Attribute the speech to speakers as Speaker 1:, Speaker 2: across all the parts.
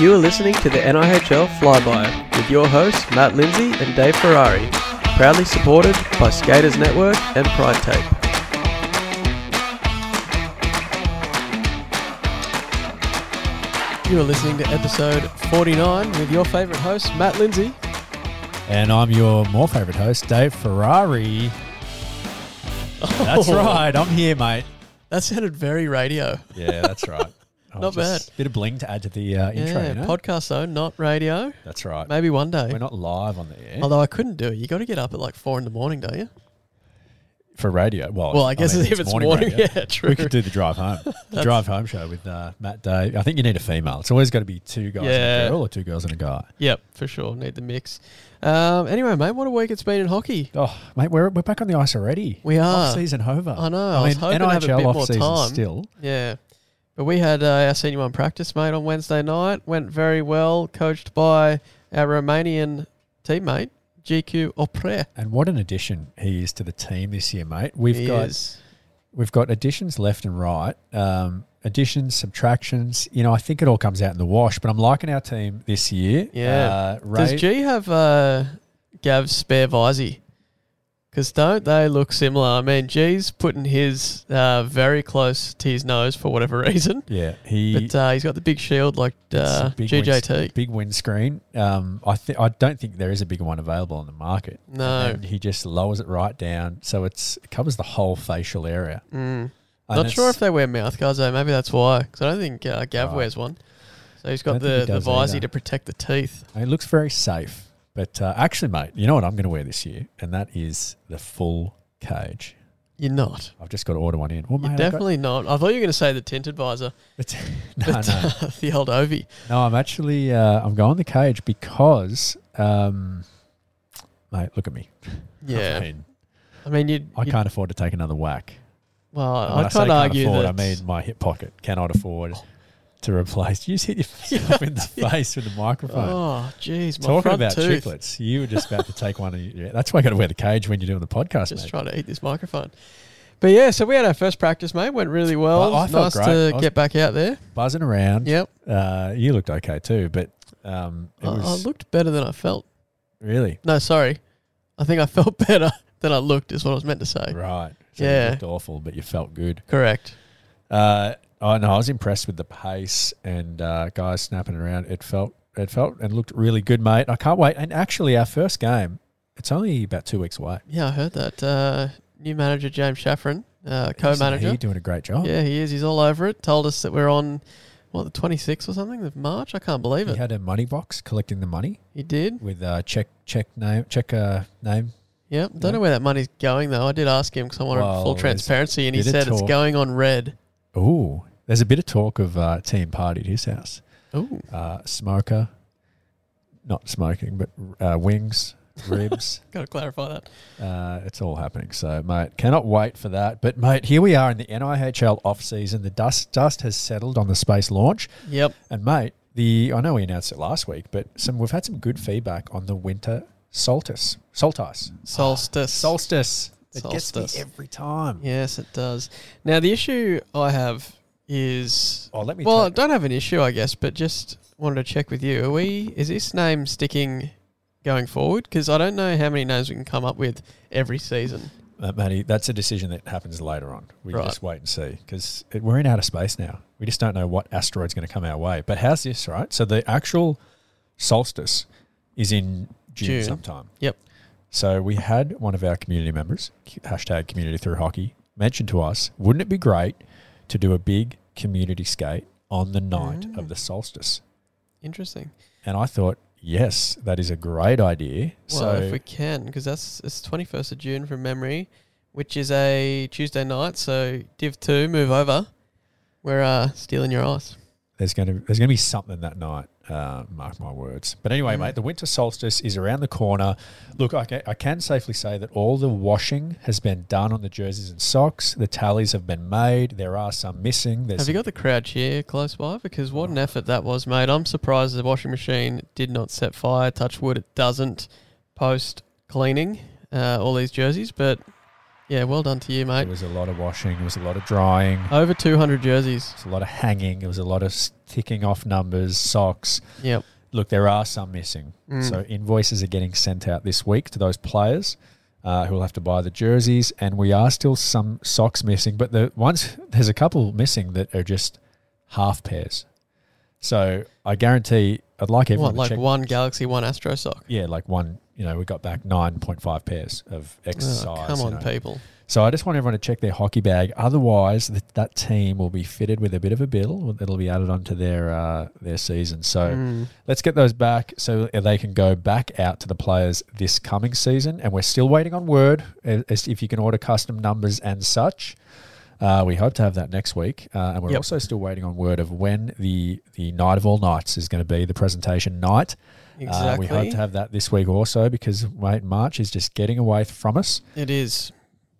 Speaker 1: You are listening to the NIHL Flyby with your hosts Matt Lindsay and Dave Ferrari, proudly supported by Skaters Network and Pride Tape. You are listening to episode 49 with your favourite host Matt Lindsay.
Speaker 2: And I'm your more favourite host, Dave Ferrari.
Speaker 1: Oh.
Speaker 2: That's right. I'm here, mate.
Speaker 1: That sounded very radio.
Speaker 2: Yeah, that's right. Oh,
Speaker 1: Not
Speaker 2: just Bit of bling to add to the uh, intro.
Speaker 1: yeah,
Speaker 2: you know?
Speaker 1: podcast though, not radio.
Speaker 2: that's right.
Speaker 1: Maybe one day.
Speaker 2: We're not live on the air
Speaker 1: Although I couldn't do it. You got to get up at like four in the morning, don't you?
Speaker 2: for radio. Well,
Speaker 1: Well, I guess
Speaker 2: mean,
Speaker 1: if it's morning,
Speaker 2: radio,
Speaker 1: yeah, true.
Speaker 2: We could do the drive home, the drive home show with uh, Matt Dave. I think you need a female. It's always got to be two guys and
Speaker 1: Yeah.
Speaker 2: a girl, or two girls and a guy.
Speaker 1: Yep, for sure. Need the mix. Um, anyway, mate, what a week it's been in hockey.
Speaker 2: Oh, mate, we're, we're back on the ice already.
Speaker 1: We are.
Speaker 2: off season over.
Speaker 1: I know, I was hoping to have a
Speaker 2: NIHL
Speaker 1: bit more
Speaker 2: off season
Speaker 1: time.
Speaker 2: still.
Speaker 1: Yeah. But we had uh, our senior one practice, mate, on Wednesday night. Went very well, coached by our Romanian teammate, GQ Opre.
Speaker 2: And what an addition he is to the team this year, mate. We've
Speaker 1: He
Speaker 2: got
Speaker 1: is-
Speaker 2: we've got additions left and right, um, additions, subtractions. You know, I think it all comes out in the wash. But I'm liking our team this year.
Speaker 1: Yeah.
Speaker 2: uh, Ray,
Speaker 1: Does G have uh, Gav's spare visor? Because don't they look similar? I mean, G's putting his uh, very close to his nose for whatever reason.
Speaker 2: yeah, he
Speaker 1: But uh, he's got the big shield like
Speaker 2: it's a
Speaker 1: uh,
Speaker 2: big
Speaker 1: GJT.
Speaker 2: winds- big windscreen. Um, I think I don't think there is a bigger one available on the market.
Speaker 1: No.
Speaker 2: and he just lowers it right down, so it's it covers the whole facial area.
Speaker 1: Mm.
Speaker 2: And
Speaker 1: Not sure
Speaker 2: it's-
Speaker 1: if they wear mouth guards though. Maybe that's why. Because I don't think uh, Gav
Speaker 2: Right.
Speaker 1: wears one. So he's
Speaker 2: I
Speaker 1: got
Speaker 2: don't think
Speaker 1: the,
Speaker 2: he
Speaker 1: the
Speaker 2: does
Speaker 1: visor to
Speaker 2: either.
Speaker 1: protect the teeth.
Speaker 2: It looks very safe. But uh, actually, mate, you know what I'm going to wear this year? And that is the full cage.
Speaker 1: You're not.
Speaker 2: I've just got to order one in. Well, mate,
Speaker 1: You're
Speaker 2: I've got-
Speaker 1: definitely not. I thought you were going to say the tinted visor,
Speaker 2: it's-
Speaker 1: but uh,
Speaker 2: no, no.
Speaker 1: the old Ovi.
Speaker 2: No, I'm actually, uh, I'm going the cage because, um, mate, look at me. I,
Speaker 1: Yeah.
Speaker 2: mean,
Speaker 1: I mean, you'd.
Speaker 2: I
Speaker 1: you'd-
Speaker 2: can't afford to take another whack.
Speaker 1: Well,
Speaker 2: And
Speaker 1: I,
Speaker 2: when
Speaker 1: can't
Speaker 2: say
Speaker 1: argue
Speaker 2: afford,
Speaker 1: that.
Speaker 2: I mean my hip pocket cannot afford to replace. You just hit yourself in the face with the microphone.
Speaker 1: Oh, jeez, my
Speaker 2: Talking
Speaker 1: front
Speaker 2: about
Speaker 1: tooth.
Speaker 2: chiclets, you were just about to take one. Of your, yeah, that's why you got to wear the cage when you're doing the podcast,
Speaker 1: Just
Speaker 2: mate.
Speaker 1: trying to eat this microphone. But yeah, so we had our first practice, mate. Went really well.
Speaker 2: Well, I felt
Speaker 1: nice
Speaker 2: great.
Speaker 1: to
Speaker 2: I was-
Speaker 1: get back out there.
Speaker 2: Buzzing around.
Speaker 1: Yep.
Speaker 2: Uh, you looked okay too, but um, it
Speaker 1: I, Oh, I
Speaker 2: was
Speaker 1: looked better than I felt.
Speaker 2: really
Speaker 1: No, sorry. I think I felt better than I looked, is what I was meant to say.
Speaker 2: right. So
Speaker 1: Yeah.
Speaker 2: you looked awful, but you felt good.
Speaker 1: Correct.
Speaker 2: Uh, I know I was impressed with the pace and uh, guys snapping around. It felt it felt and looked really good, mate. I can't wait. And actually, our first game, it's only about two weeks away.
Speaker 1: Yeah, I heard that. Uh, new manager, James Shaffron, uh, co
Speaker 2: Isn't
Speaker 1: manager.
Speaker 2: he doing a great job.
Speaker 1: Yeah, he is. He's all over it. Told us that we're on, what, the 26th or something of March? I can't believe
Speaker 2: He
Speaker 1: it.
Speaker 2: had a money box collecting the money
Speaker 1: He did.
Speaker 2: with uh, check check name check uh, name.
Speaker 1: Yep. Don't
Speaker 2: Yeah.
Speaker 1: know where that money's going, though. I did ask him because I wanted
Speaker 2: Well,
Speaker 1: full
Speaker 2: there's
Speaker 1: transparency, and he
Speaker 2: bit of
Speaker 1: said it's
Speaker 2: talk.
Speaker 1: going on red.
Speaker 2: Ooh, there's a bit of talk of uh, team party at his house.
Speaker 1: Ooh.
Speaker 2: Uh, smoker, not smoking, but uh, wings, ribs.
Speaker 1: Got to clarify that.
Speaker 2: Uh, it's all happening. So, mate, cannot wait for that. But, mate, here we are in the NIHL off season. The dust dust has settled on the space launch,
Speaker 1: Yep.
Speaker 2: and mate, the I know we announced it last week, but some we've had some good feedback on the winter solstice, solstice,
Speaker 1: Solstice.
Speaker 2: solstice. It gets
Speaker 1: Solstice.
Speaker 2: me every time.
Speaker 1: Yes, it does. Now, the issue I have is.
Speaker 2: Oh, let me.
Speaker 1: Well, I
Speaker 2: take-
Speaker 1: don't have an issue, I guess, but just wanted to check with you. Are we. Is this name sticking going forward? Because I don't know how many names we can come up with every season.
Speaker 2: uh, Matty, that's a decision that happens later on. We
Speaker 1: Right.
Speaker 2: just wait and see because we're in outer space now. We just don't know what asteroid's going to come our way. But how's this, right? So the actual solstice is in June,
Speaker 1: June.
Speaker 2: sometime.
Speaker 1: Yep.
Speaker 2: So we had one of our community members, hashtag community through hockey, mention to us, wouldn't it be great to do a big community skate on the night
Speaker 1: Mm.
Speaker 2: of the solstice?
Speaker 1: Interesting.
Speaker 2: And I thought, yes, that is a great idea.
Speaker 1: Well,
Speaker 2: so
Speaker 1: if we can, because that's it's twenty first of June from memory, which is a Tuesday night. So Div two, move over. We're uh, stealing your ice.
Speaker 2: there's going to there's going to be something that night. Uh, mark my words. But anyway,
Speaker 1: Mm.
Speaker 2: mate, the winter solstice is around the corner. Look, I can, I can safely say that all the washing has been done on the jerseys and socks. The tallies have been made. There are some missing. There's
Speaker 1: Have you got the crowd cheer close by? Because what
Speaker 2: Oh.
Speaker 1: an effort that was, mate. I'm surprised the washing machine did not set fire. Touch wood, it doesn't post cleaning uh, all these jerseys, but Yeah, well done to you,
Speaker 2: There
Speaker 1: mate.
Speaker 2: was a lot of washing. There was a lot of drying. There
Speaker 1: Over 200 jerseys.
Speaker 2: was a lot of hanging. There was a lot of s- ticking off numbers, socks.
Speaker 1: Yep.
Speaker 2: Look, there are some missing.
Speaker 1: Mm.
Speaker 2: So invoices are getting sent out this week to those players uh, who will have to buy the jerseys, and we are still some socks missing. But the ones there's a couple missing that are just half pairs. So I guarantee I'd like
Speaker 1: What,
Speaker 2: everyone to
Speaker 1: like
Speaker 2: check.
Speaker 1: one Galaxy, one Astro sock?
Speaker 2: yeah, like one. You know, we got back nine point five pairs of
Speaker 1: Oh,
Speaker 2: X size.
Speaker 1: come
Speaker 2: you
Speaker 1: on,
Speaker 2: know.
Speaker 1: people.
Speaker 2: So I just want everyone to check their hockey bag. Otherwise, th- that team will be fitted with a bit of a bill that'll be added onto their uh, their season. So um,
Speaker 1: Mm.
Speaker 2: let's get those back so they can go back out to the players this coming season. And we're still waiting on word as as if you can order custom numbers and such. Uh, we hope to have that next week, uh, and we're
Speaker 1: Yep.
Speaker 2: also still waiting on word of when the the night of all nights is going to be the presentation night. Uh, we
Speaker 1: Exactly.
Speaker 2: hope to have that this week also because mate, March is just getting away from us.
Speaker 1: it is.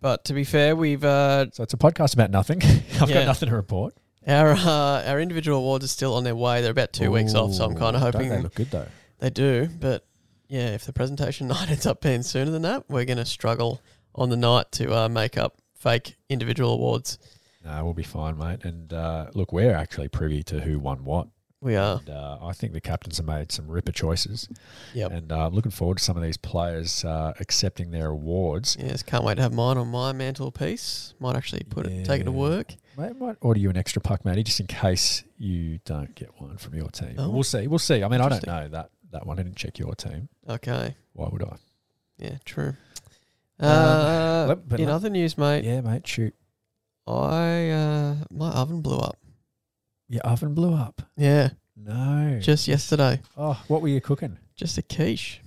Speaker 1: But to be fair, we've uh,
Speaker 2: So it's a podcast about nothing. I've
Speaker 1: Yeah.
Speaker 2: got nothing to report.
Speaker 1: our uh, our individual awards are still on their way. They're about two weeks off, so I'm
Speaker 2: Ooh,
Speaker 1: kind of
Speaker 2: don't
Speaker 1: hoping
Speaker 2: they look good though.
Speaker 1: They do, but yeah, if the presentation night ends up being sooner than that, we're going to struggle on the night to uh, make up fake individual awards.
Speaker 2: No, we'll be fine, mate. And uh, look, we're actually privy to who won what.
Speaker 1: We are.
Speaker 2: And, uh, I think the captains have made some ripper choices.
Speaker 1: Yep.
Speaker 2: And uh, looking forward to some of these players uh, accepting their awards.
Speaker 1: Yes, can't wait to have mine on my mantelpiece. Might actually put it, take it to
Speaker 2: Yeah.
Speaker 1: work.
Speaker 2: Mate, I might order you an extra puck, Matty, just in case you don't get one from your team.
Speaker 1: Oh.
Speaker 2: We'll see. We'll see. I mean, I don't
Speaker 1: Interesting.
Speaker 2: know that, that one. I didn't check your team.
Speaker 1: Okay.
Speaker 2: Why would I?
Speaker 1: Yeah, true. Uh,
Speaker 2: let- but
Speaker 1: in
Speaker 2: let-
Speaker 1: other news, mate,
Speaker 2: Yeah, mate, shoot.
Speaker 1: I uh, my oven blew up.
Speaker 2: Your oven blew up.
Speaker 1: Yeah,
Speaker 2: No.
Speaker 1: just yesterday.
Speaker 2: oh, what were you cooking?
Speaker 1: Just a quiche,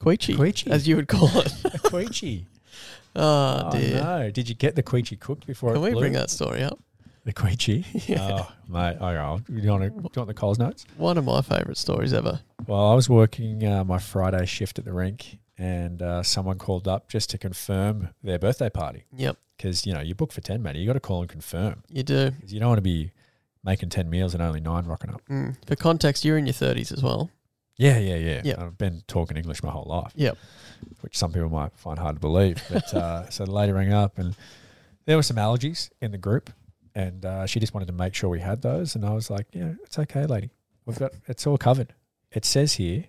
Speaker 1: queechy,
Speaker 2: Queechy.
Speaker 1: as you would call it.
Speaker 2: a queechy.
Speaker 1: oh dear.
Speaker 2: no. Did you get the queechy cooked before
Speaker 1: Can
Speaker 2: it
Speaker 1: we
Speaker 2: blew?
Speaker 1: bring that story up?
Speaker 2: The queechy?
Speaker 1: yeah.
Speaker 2: Oh, mate. I know. Do you want to, do you want the Coles notes?
Speaker 1: One of my favourite stories ever.
Speaker 2: Well, I was working uh, my Friday shift at the rink, and uh, someone called up just to confirm their birthday party
Speaker 1: Yep,
Speaker 2: because you know you book for ten, mate. You got to call and confirm
Speaker 1: you do.
Speaker 2: 'Cause you don't want to be making ten meals and only nine rocking up.
Speaker 1: Mm. For context, you're in your 30s as well.
Speaker 2: Yeah, yeah, yeah.
Speaker 1: Yep.
Speaker 2: I've been talking English my whole life.
Speaker 1: Yep.
Speaker 2: which some people might find hard to believe. But uh, so the lady rang up, and there were some allergies in the group, and uh, she just wanted to make sure we had those. And I was like, yeah, it's okay, lady. We've got it's all covered. It says here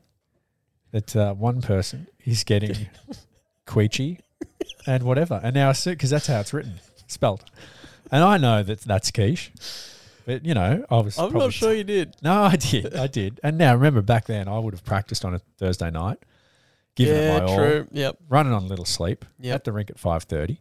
Speaker 2: that uh, one person is getting queechy and whatever, and now because that's how it's written, spelled. And I know that that's quiche, but you know, I was.
Speaker 1: I'm
Speaker 2: probably-
Speaker 1: not sure you did.
Speaker 2: no, I did. I did. And now remember back then I would have practiced on a Thursday night, given
Speaker 1: yeah,
Speaker 2: it my all,
Speaker 1: true. Yep.
Speaker 2: running on a little sleep
Speaker 1: Yep.
Speaker 2: at the rink at 5.30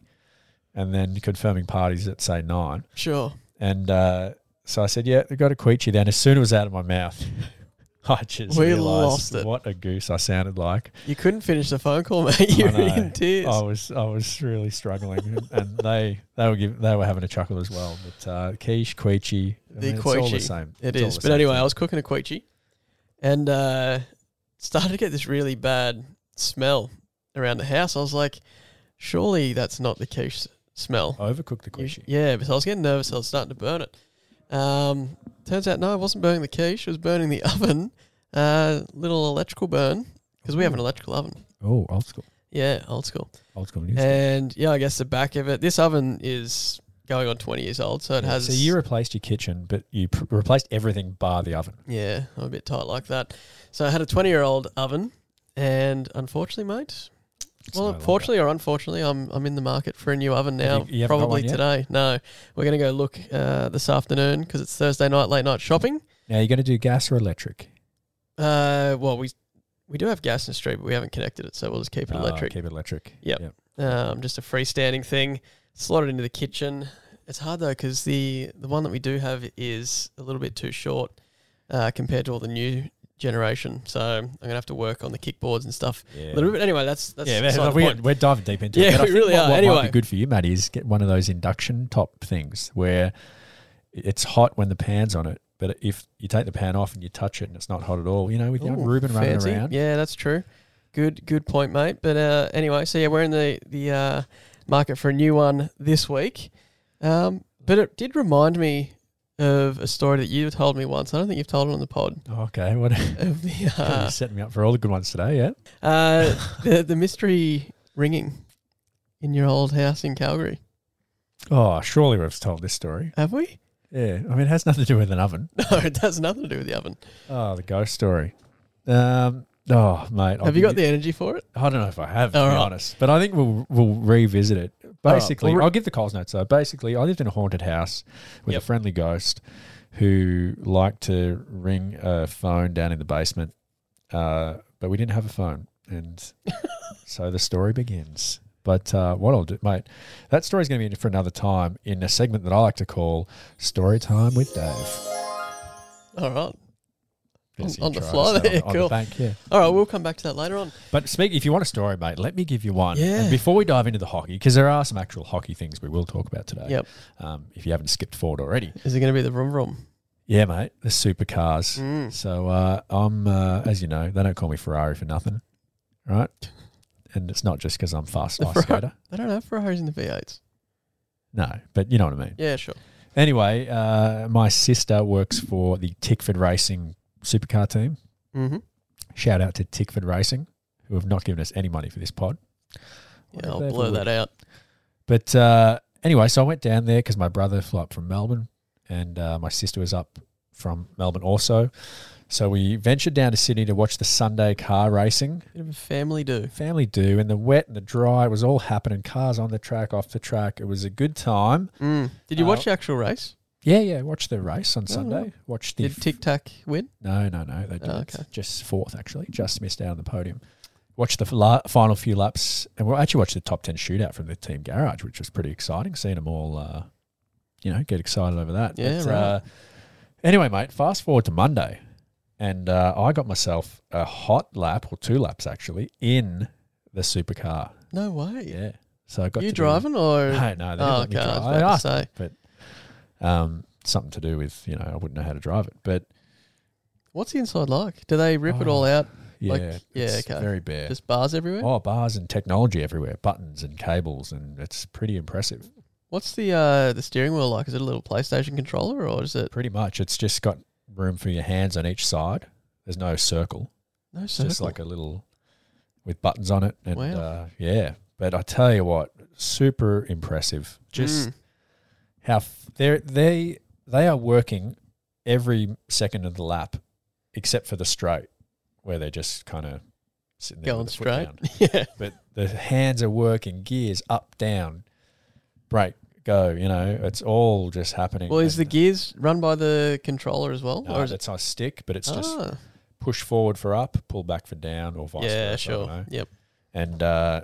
Speaker 2: and then confirming parties at, say, 9.
Speaker 1: Sure.
Speaker 2: And uh, so I said, yeah, I got a queechy then. As soon as it was out of my mouth, I just
Speaker 1: We lost
Speaker 2: realised
Speaker 1: it.
Speaker 2: what a goose I sounded like.
Speaker 1: You couldn't finish the phone call, mate. You
Speaker 2: I
Speaker 1: were
Speaker 2: know. Oh,
Speaker 1: in tears.
Speaker 2: I was I was really struggling, and- and they they were giv they were having a chuckle as well. But uh, quiche, queechy, I
Speaker 1: The
Speaker 2: mean, it's all the
Speaker 1: queechy.
Speaker 2: same.
Speaker 1: It
Speaker 2: It's all
Speaker 1: is.
Speaker 2: the
Speaker 1: But
Speaker 2: same
Speaker 1: anyway,
Speaker 2: thing.
Speaker 1: I was cooking a queechy and uh, started to get this really bad smell around the house. I was like, surely that's not the quiche smell.
Speaker 2: overcooked the
Speaker 1: You-
Speaker 2: queechy.
Speaker 1: Yeah, but I was getting nervous. I was starting to burn it. Um, turns out, no, I wasn't burning the quiche. I was burning the oven. Uh, little electrical burn because we have an electrical oven.
Speaker 2: Oh, old school,
Speaker 1: Yeah, old school.
Speaker 2: old school news.
Speaker 1: And yeah, I guess the back of it. This oven is going on 20 years old, so it
Speaker 2: Yeah,
Speaker 1: has.
Speaker 2: So you replaced your kitchen, but you pr- replaced everything bar the oven.
Speaker 1: Yeah, I'm a bit tight like that. So I had a 20 year old oven, and unfortunately, mate.
Speaker 2: It's no
Speaker 1: Well,
Speaker 2: longer-
Speaker 1: fortunately or unfortunately, I'm I'm in the market for a new oven
Speaker 2: Have
Speaker 1: now.
Speaker 2: you- you haven't got
Speaker 1: probably
Speaker 2: one yet?
Speaker 1: today. No, we're gonna go look uh, this afternoon because it's Thursday night, late night shopping.
Speaker 2: now you're going to do gas or electric.
Speaker 1: Uh, well, we we do have gas in the street, but we haven't connected it, so we'll just keep it
Speaker 2: Ah,
Speaker 1: electric.
Speaker 2: keep it electric.
Speaker 1: Yep. Um, just a freestanding thing, slotted into the kitchen. It's hard though because the the one that we do have is a little bit too short uh, compared to all the new generation. So I'm gonna have to work on the kickboards and stuff
Speaker 2: Yeah.
Speaker 1: a little bit. Anyway, that's that's
Speaker 2: yeah,
Speaker 1: beside
Speaker 2: man,
Speaker 1: the
Speaker 2: we,
Speaker 1: point.
Speaker 2: we're diving deep into
Speaker 1: Yeah,
Speaker 2: it. but I
Speaker 1: we
Speaker 2: think
Speaker 1: really
Speaker 2: what,
Speaker 1: are.
Speaker 2: What might
Speaker 1: Anyway.
Speaker 2: be good for you, Matt, is get one of those induction top things where it's hot when the pan's on it, but if you take the pan off and you touch it and it's not hot at all, you know, with young
Speaker 1: Ooh,
Speaker 2: Ruben running
Speaker 1: fancy.
Speaker 2: around.
Speaker 1: Yeah, that's true. Good, good point, mate. But uh, anyway, so yeah, we're in the the uh, market for a new one this week. Um, but it did remind me of a story that you told me once. I don't think you've told it on the pod.
Speaker 2: Oh, Okay, what
Speaker 1: Of the
Speaker 2: you're
Speaker 1: uh,
Speaker 2: setting me up for all the good ones today, yeah?
Speaker 1: uh, the, the mystery ringing. in your old house in Calgary?
Speaker 2: Oh, surely we've told this story.
Speaker 1: Have we?
Speaker 2: Yeah, I mean, it has nothing to do with an oven.
Speaker 1: No, it has nothing to do with the oven.
Speaker 2: Oh, the ghost story. Um, oh, mate. I'll
Speaker 1: Have you
Speaker 2: give
Speaker 1: got the energy for it?
Speaker 2: I don't know if I have,
Speaker 1: All
Speaker 2: to be
Speaker 1: right.
Speaker 2: honest. But I think we'll we'll revisit it.
Speaker 1: All right,
Speaker 2: Basically,
Speaker 1: we'll re-
Speaker 2: I'll give the Coles notes. So basically, I lived in a haunted house with
Speaker 1: Yep.
Speaker 2: a friendly ghost who liked to ring a phone down in the basement, uh, but we didn't have a phone, and so the story begins. But uh, what I'll do, mate, that story's going to be for another time in a segment that I like to call "Story Time with Dave."
Speaker 1: All right.
Speaker 2: That's
Speaker 1: On- on the
Speaker 2: intro,
Speaker 1: fly
Speaker 2: so
Speaker 1: there,
Speaker 2: on,
Speaker 1: cool.
Speaker 2: On the bank, yeah.
Speaker 1: All right, we'll come back to that later on.
Speaker 2: But speak if you want a story, mate. Let me give you one.
Speaker 1: Yeah.
Speaker 2: And before we dive into the hockey, because there are some actual hockey things we will talk about today.
Speaker 1: Yep.
Speaker 2: Um, if you haven't skipped forward already,
Speaker 1: Is it going to be the vroom vroom?
Speaker 2: yeah, mate. The supercars.
Speaker 1: Mm.
Speaker 2: So uh, I'm, uh, as you know, they don't call me Ferrari for nothing, right? And it's not just because I'm fast
Speaker 1: The
Speaker 2: ice
Speaker 1: Ferrari-
Speaker 2: skater.
Speaker 1: They don't have Ferraris in the V8s.
Speaker 2: No, but you know what I mean.
Speaker 1: Yeah, sure.
Speaker 2: Anyway, uh, my sister works for the Tickford Racing supercar team.
Speaker 1: Mm-hmm.
Speaker 2: Shout out to Tickford Racing, who have not given us any money for this pod. Wonder
Speaker 1: Yeah,
Speaker 2: if
Speaker 1: I'll
Speaker 2: they ever
Speaker 1: blur
Speaker 2: would.
Speaker 1: that out.
Speaker 2: But uh, anyway, so I went down there because my brother flew up from Melbourne and uh, my sister was up from Melbourne also. So we ventured down to Sydney to watch the Sunday car racing.
Speaker 1: Bit of a family do.
Speaker 2: Family do, and the wet and the dry, it was all happening. Cars on the track, off the track. It was a good time.
Speaker 1: Mm. Did you
Speaker 2: Uh,
Speaker 1: watch the actual race?
Speaker 2: Yeah, yeah. Watch the race on
Speaker 1: Oh,
Speaker 2: Sunday. Watch the
Speaker 1: Did Tic Tac win?
Speaker 2: No, no, no. They did
Speaker 1: Oh,
Speaker 2: okay.
Speaker 1: okay.
Speaker 2: just fourth actually. Just missed out on the podium. Watched the la- final few laps, and we will actually watched the top ten shootout from the team garage, which was pretty exciting. Seeing them all, uh, you know, get excited over that.
Speaker 1: Yeah, right.
Speaker 2: uh, anyway, mate, fast forward to Monday, and uh, I got myself a hot lap or two laps actually in the supercar.
Speaker 1: No way.
Speaker 2: Yeah, so I got
Speaker 1: you
Speaker 2: to do-
Speaker 1: driving or?
Speaker 2: No, no, they didn't
Speaker 1: oh,
Speaker 2: let me
Speaker 1: okay. I
Speaker 2: drive. Ah.
Speaker 1: was
Speaker 2: I
Speaker 1: about to
Speaker 2: asked
Speaker 1: say.
Speaker 2: um, something to do with you know I wouldn't know how to drive it, but
Speaker 1: What's the inside like? Do they rip it
Speaker 2: Oh,
Speaker 1: all out?
Speaker 2: yeah,
Speaker 1: Like, yeah,
Speaker 2: it's
Speaker 1: okay.
Speaker 2: very bare.
Speaker 1: Just bars everywhere?
Speaker 2: Oh, bars and technology everywhere, buttons and cables, and it's pretty impressive.
Speaker 1: What's the uh, the steering wheel like? Is it a little PlayStation controller or is it
Speaker 2: Pretty much, it's just got room for your hands on each side. There's no circle.
Speaker 1: no
Speaker 2: It's
Speaker 1: circle?
Speaker 2: just like a little with buttons on it, and
Speaker 1: Oh, Wow.
Speaker 2: uh, yeah. But I tell you what, super impressive. Just
Speaker 1: Mm.
Speaker 2: how f- they they they are working every second of the lap, except for the straight, where they're just kind of sitting there
Speaker 1: going
Speaker 2: with the foot
Speaker 1: straight.
Speaker 2: down.
Speaker 1: yeah.
Speaker 2: but the hands are working, gears up, down, brake, go. You know, it's all just happening.
Speaker 1: Well, is the
Speaker 2: and-
Speaker 1: gears run by the controller as well?
Speaker 2: no,
Speaker 1: or is it?
Speaker 2: it's not a stick, but it's just
Speaker 1: Ah,
Speaker 2: push forward for up, pull back for down, or vice
Speaker 1: yeah,
Speaker 2: versa. I don't know.
Speaker 1: sure. Yep.
Speaker 2: And uh,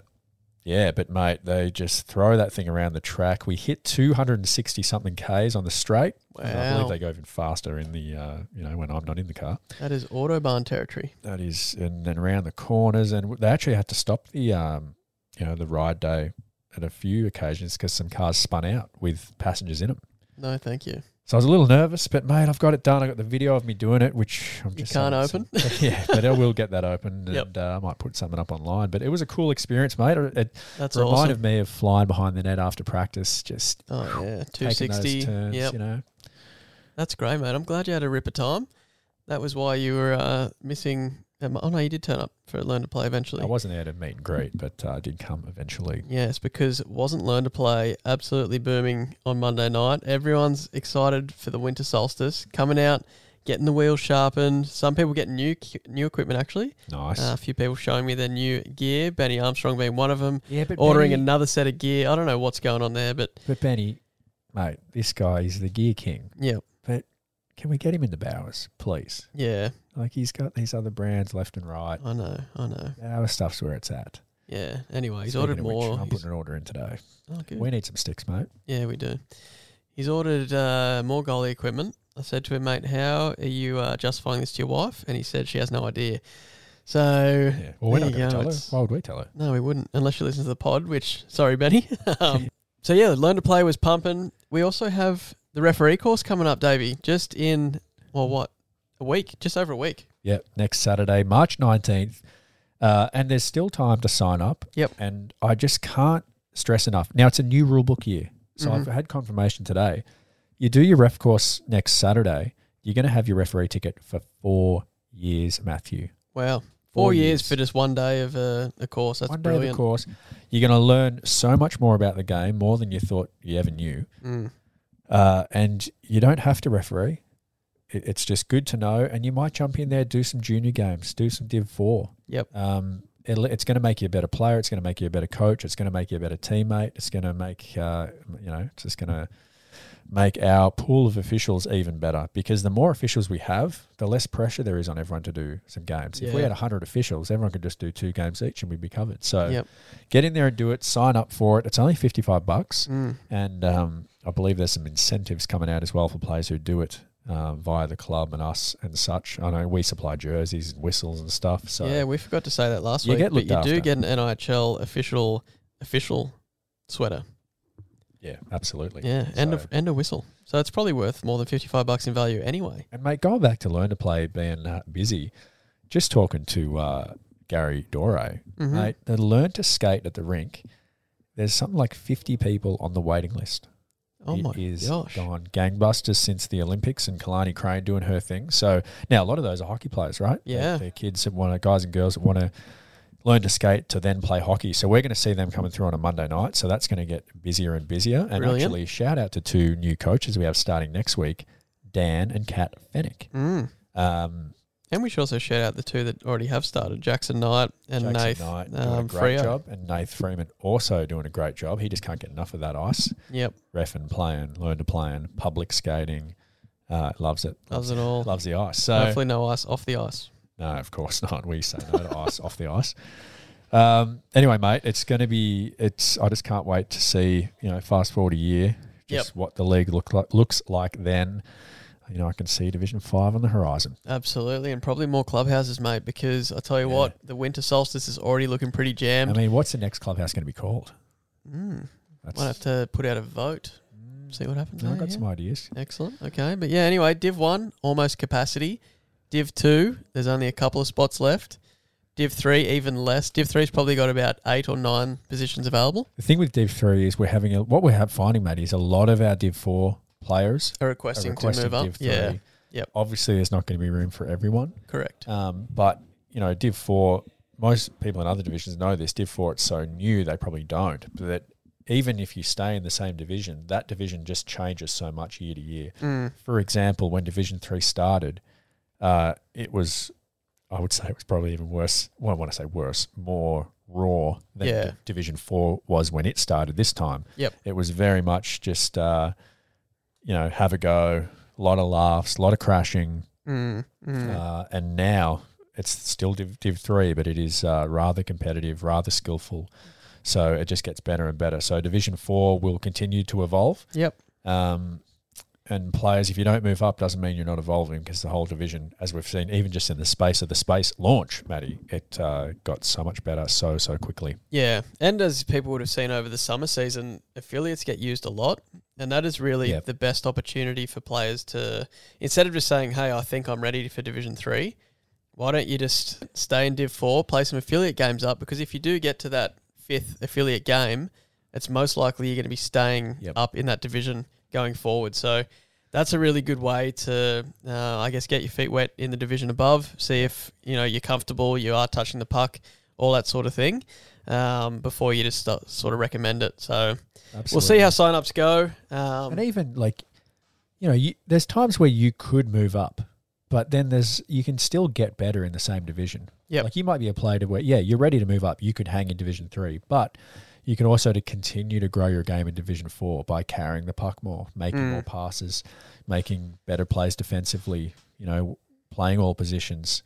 Speaker 2: yeah, but mate, they just throw that thing around the track. We hit two hundred and sixty something k's on the straight. And I
Speaker 1: Wow.
Speaker 2: believe they go even faster in the uh, you know when I'm not in the car.
Speaker 1: That is autobahn territory.
Speaker 2: That is, and then around the corners, and w- they actually had to stop the, um, you know, the ride day at a few occasions because some cars spun out with passengers in them.
Speaker 1: No, thank you.
Speaker 2: So I was a little nervous, but mate, I've got it done. I got the video of me doing it, which I'm
Speaker 1: You
Speaker 2: just
Speaker 1: can't
Speaker 2: so upset. yeah, but I will get that open, and
Speaker 1: Yep.
Speaker 2: uh, I might put something up online. But it was a cool experience, mate. It, it
Speaker 1: That's
Speaker 2: reminded
Speaker 1: awesome.
Speaker 2: me of flying behind the net after practice, just
Speaker 1: Oh yeah, two
Speaker 2: taking those
Speaker 1: sixty.
Speaker 2: turns.
Speaker 1: Yep,
Speaker 2: You know,
Speaker 1: that's great, mate. I'm glad you had a ripper time. That was why you were uh, missing. that mo- Oh no, you did turn up for learn to play eventually.
Speaker 2: I wasn't there to meet and greet, but uh, I did come eventually.
Speaker 1: Yes, because it wasn't learn to play absolutely booming on Monday night. Everyone's excited for the winter solstice coming out, getting the wheels sharpened. Some people getting new cu- new equipment actually.
Speaker 2: Nice.
Speaker 1: Uh, a few people showing me their new gear. Benny Armstrong being one of them.
Speaker 2: yeah, but
Speaker 1: ordering another set of gear. I don't know what's going on there, but
Speaker 2: But Benny, mate, this guy is the gear king.
Speaker 1: yeah,
Speaker 2: Can we get him in the Bowers, please?
Speaker 1: yeah,
Speaker 2: Like he's got these other brands left and right.
Speaker 1: I know, I know.
Speaker 2: Our stuff's where it's at.
Speaker 1: Yeah. Anyway, he's
Speaker 2: Speaking
Speaker 1: ordered
Speaker 2: of which,
Speaker 1: more.
Speaker 2: I'm
Speaker 1: He's-
Speaker 2: putting an order in today.
Speaker 1: oh, good.
Speaker 2: We need some sticks, mate.
Speaker 1: Yeah, we do. He's ordered uh, more goalie equipment. I said to him, mate, how are you uh, justifying this to your wife? And he said she has no idea. So
Speaker 2: Yeah. Well, we're
Speaker 1: There
Speaker 2: not
Speaker 1: you go,
Speaker 2: going to tell her.
Speaker 1: it's-
Speaker 2: Why would we tell her?
Speaker 1: No, we wouldn't, unless she listens to the pod, which, sorry, Benny. um, so, yeah, Learn to Play was pumping. We also have the referee course coming up, Davey, just in, well, what, a week? Just over a week.
Speaker 2: Yep. Next Saturday, March 19th. Uh, and there's still time to sign up.
Speaker 1: Yep.
Speaker 2: And I just can't stress enough. Now, it's a new rule book year. So I've
Speaker 1: Mhm.
Speaker 2: had confirmation today. You do your ref course next Saturday, you're going to have your referee ticket for four years, Matthew.
Speaker 1: Wow. Four, years, for just one day of a, a course. That's
Speaker 2: one day of
Speaker 1: brilliant.
Speaker 2: the course. You're going to learn so much more about the game, more than you thought you ever knew.
Speaker 1: Mm.
Speaker 2: Uh, and you don't have to referee. It, it's just good to know. And you might jump in there, do some junior games, do some Div 4.
Speaker 1: Yep.
Speaker 2: Um, it'll, it's going to make you a better player. It's going to make you a better coach. It's going to make you a better teammate. It's going to make, uh, you know, it's just going to make our pool of officials even better because the more officials we have, the less pressure there is on everyone to do some games. If we
Speaker 1: Yeah.
Speaker 2: had 100 officials, everyone could just do two games each and we'd be covered. So
Speaker 1: Yep.
Speaker 2: get in there and do it. Sign up for it. It's only 55 bucks.
Speaker 1: Mm.
Speaker 2: And um, I believe there's some incentives coming out as well for players who do it um, via the club and us and such. I know we supply jerseys and whistles and stuff. So
Speaker 1: yeah, we forgot to say that last
Speaker 2: You
Speaker 1: week. but
Speaker 2: get looked
Speaker 1: you do
Speaker 2: after.
Speaker 1: get an NHL official official sweater.
Speaker 2: yeah, absolutely.
Speaker 1: Yeah, and
Speaker 2: So-
Speaker 1: a, and a whistle. So it's probably worth more than fifty five bucks in value anyway.
Speaker 2: And mate, going back to learn to play being uh, busy, just talking to uh, Gary Dore,
Speaker 1: Mhm.
Speaker 2: mate, the learn to skate at the rink. There's something like 50 people on the waiting list.
Speaker 1: Oh
Speaker 2: it
Speaker 1: my
Speaker 2: is
Speaker 1: gosh!
Speaker 2: gone gangbusters since the Olympics and Kalani Crane doing her thing. So now a lot of those are hockey players, right? They-
Speaker 1: Yeah.
Speaker 2: They're, kids that want to, guys and girls that want to learn to skate to then play hockey. So we're going to see them coming through on a Monday night. So that's going to get busier and busier. And
Speaker 1: Brilliant.
Speaker 2: actually, shout out to two new coaches we have starting next week, Dan and Kat Fennick.
Speaker 1: Mm.
Speaker 2: Um,
Speaker 1: And we should also shout out the two that already have started: Jackson Knight and
Speaker 2: Jackson
Speaker 1: Nath
Speaker 2: Knight doing a
Speaker 1: um,
Speaker 2: great
Speaker 1: Freo.
Speaker 2: job, and Nath Freeman also doing a great job. He just can't get enough of that ice.
Speaker 1: Yep,
Speaker 2: Ref and playing, learn to playing, public skating, uh, loves it.
Speaker 1: loves it all.
Speaker 2: Loves the ice. So
Speaker 1: Hopefully, no ice off the ice.
Speaker 2: No, of course not. We say no to ice off the ice. Um, anyway, mate, it's going to be. It's. I just can't wait to see. You know, fast forward a year, just what the league look like, looks like then. You know, I can see Division Five on the horizon.
Speaker 1: Absolutely, and probably more clubhouses, mate. Because I tell you
Speaker 2: Yeah.
Speaker 1: what, the winter solstice is already looking pretty
Speaker 2: I
Speaker 1: jammed.
Speaker 2: mean, what's the next clubhouse going to be called?
Speaker 1: mm.
Speaker 2: That's,
Speaker 1: Might have to put out a vote.
Speaker 2: Mm,
Speaker 1: See what happens.
Speaker 2: no, I've
Speaker 1: there,
Speaker 2: got
Speaker 1: yeah.
Speaker 2: some ideas.
Speaker 1: Excellent. Okay, but yeah. Anyway, Div One almost capacity. Div Two, there's only a couple of spots left. Div Three, even less. Div Three's probably got about eight or nine positions available.
Speaker 2: The thing with Div Three is we're having a, what we're ha- finding, mate, is a lot of our Div Four players
Speaker 1: Are
Speaker 2: are
Speaker 1: requesting,
Speaker 2: requesting
Speaker 1: to move
Speaker 2: Div
Speaker 1: up. Yeah,
Speaker 2: Three.
Speaker 1: Yep.
Speaker 2: Obviously, there's not going to be room for everyone.
Speaker 1: correct.
Speaker 2: Um, but you know, Div Four, most people in other divisions know this. Div Four, it's so new they probably don't. But that even if you stay in the same division, that division just changes so much year to year.
Speaker 1: Mm.
Speaker 2: For example, when Division Three started, uh, it was, I would say, it was probably even worse. Well, I want to say worse, more raw than
Speaker 1: Yeah.
Speaker 2: Div- Division Four was when it started. This time,
Speaker 1: Yep.
Speaker 2: it was very much just, uh, you know, have a go, a lot of laughs, a lot of crashing,
Speaker 1: Mm. Mm.
Speaker 2: uh, and now it's still Div, Div 3, but it is uh, rather competitive, rather skillful. So it just gets better and better. So Division 4 will continue to evolve.
Speaker 1: Yep.
Speaker 2: Um, and players, if you don't move up, doesn't mean you're not evolving because the whole division, as we've seen, even just in the space of the space launch, Matty, it uh, got so much better so, so quickly.
Speaker 1: Yeah, and as people would have seen over the summer season, affiliates get used a lot, and that is really
Speaker 2: Yep.
Speaker 1: the best opportunity for players to instead of just saying, "Hey, I think I'm ready for Division 3, why don't you just stay in Div 4, play some affiliate games up because if you do get to that fifth affiliate game, it's most likely you're going to be staying
Speaker 2: Yep.
Speaker 1: up in that division going forward. So that's a really good way to, uh, I guess, get your feet wet in the division above. See if you know you're comfortable, you are touching the puck, all that sort of thing, um, before you just start, sort of recommend it. So
Speaker 2: Absolutely.
Speaker 1: we'll see how sign-ups go. Um,
Speaker 2: and even like you know you, there's times where you could move up but then there's you can still get better in the same division
Speaker 1: Yep.
Speaker 2: like you might be a player to where yeah you're ready to move up you could hang in division three but you can also to continue to grow your game in division four by carrying the puck more making
Speaker 1: Mm.
Speaker 2: more passes making better plays defensively you know playing all positions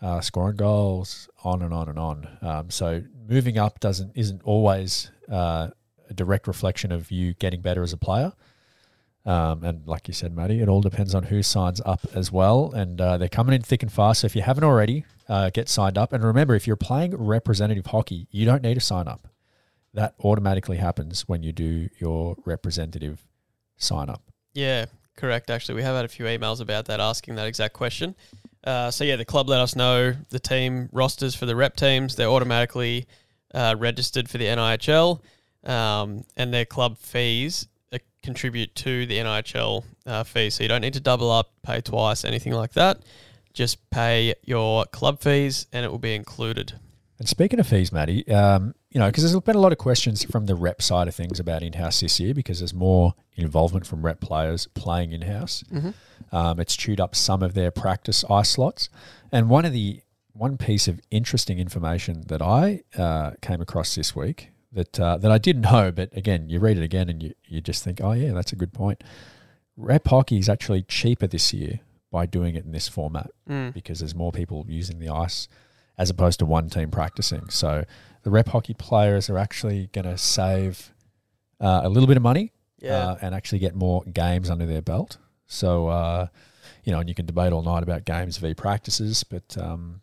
Speaker 2: uh, scoring goals on and on and on um, so moving up doesn't isn't always uh, a direct reflection of you getting better as a player um, and like you said, Matty, it all depends on who signs up as well. And uh, they're coming in thick and fast. So if you haven't already, uh, get signed up. And remember, if you're playing representative hockey, you don't need to sign up. That automatically happens when you do your representative sign up.
Speaker 1: Yeah, correct. Actually, we have had a few emails about that asking that exact question. Uh, so yeah, the club let us know the team rosters for the rep teams. They're automatically uh, registered for the NIHL, um, and their club fees uh, contribute to the NIHL uh, fees. So you don't need to double up, pay twice, anything like that. Just pay your club fees and it will be included.
Speaker 2: And speaking of fees, Maddie, um, you know, because there's been a lot of questions from the rep side of things about in house this year because there's more involvement from rep players playing in house. Um, it's chewed up some of their practice ice slots. And one of the one piece of interesting information that I uh, came across this week that uh, that I didn't know, but again, you read it again and you, you just think, oh yeah, that's a good point. Rep hockey is actually cheaper this year by doing it in this format
Speaker 1: Mm.
Speaker 2: because there's more people using the ice as opposed to one team practicing. So the rep hockey players are actually going to save uh, a little bit of money
Speaker 1: Yeah.
Speaker 2: uh, and actually get more games under their belt. So, uh, you know, and you can debate all night about games v practices, but um,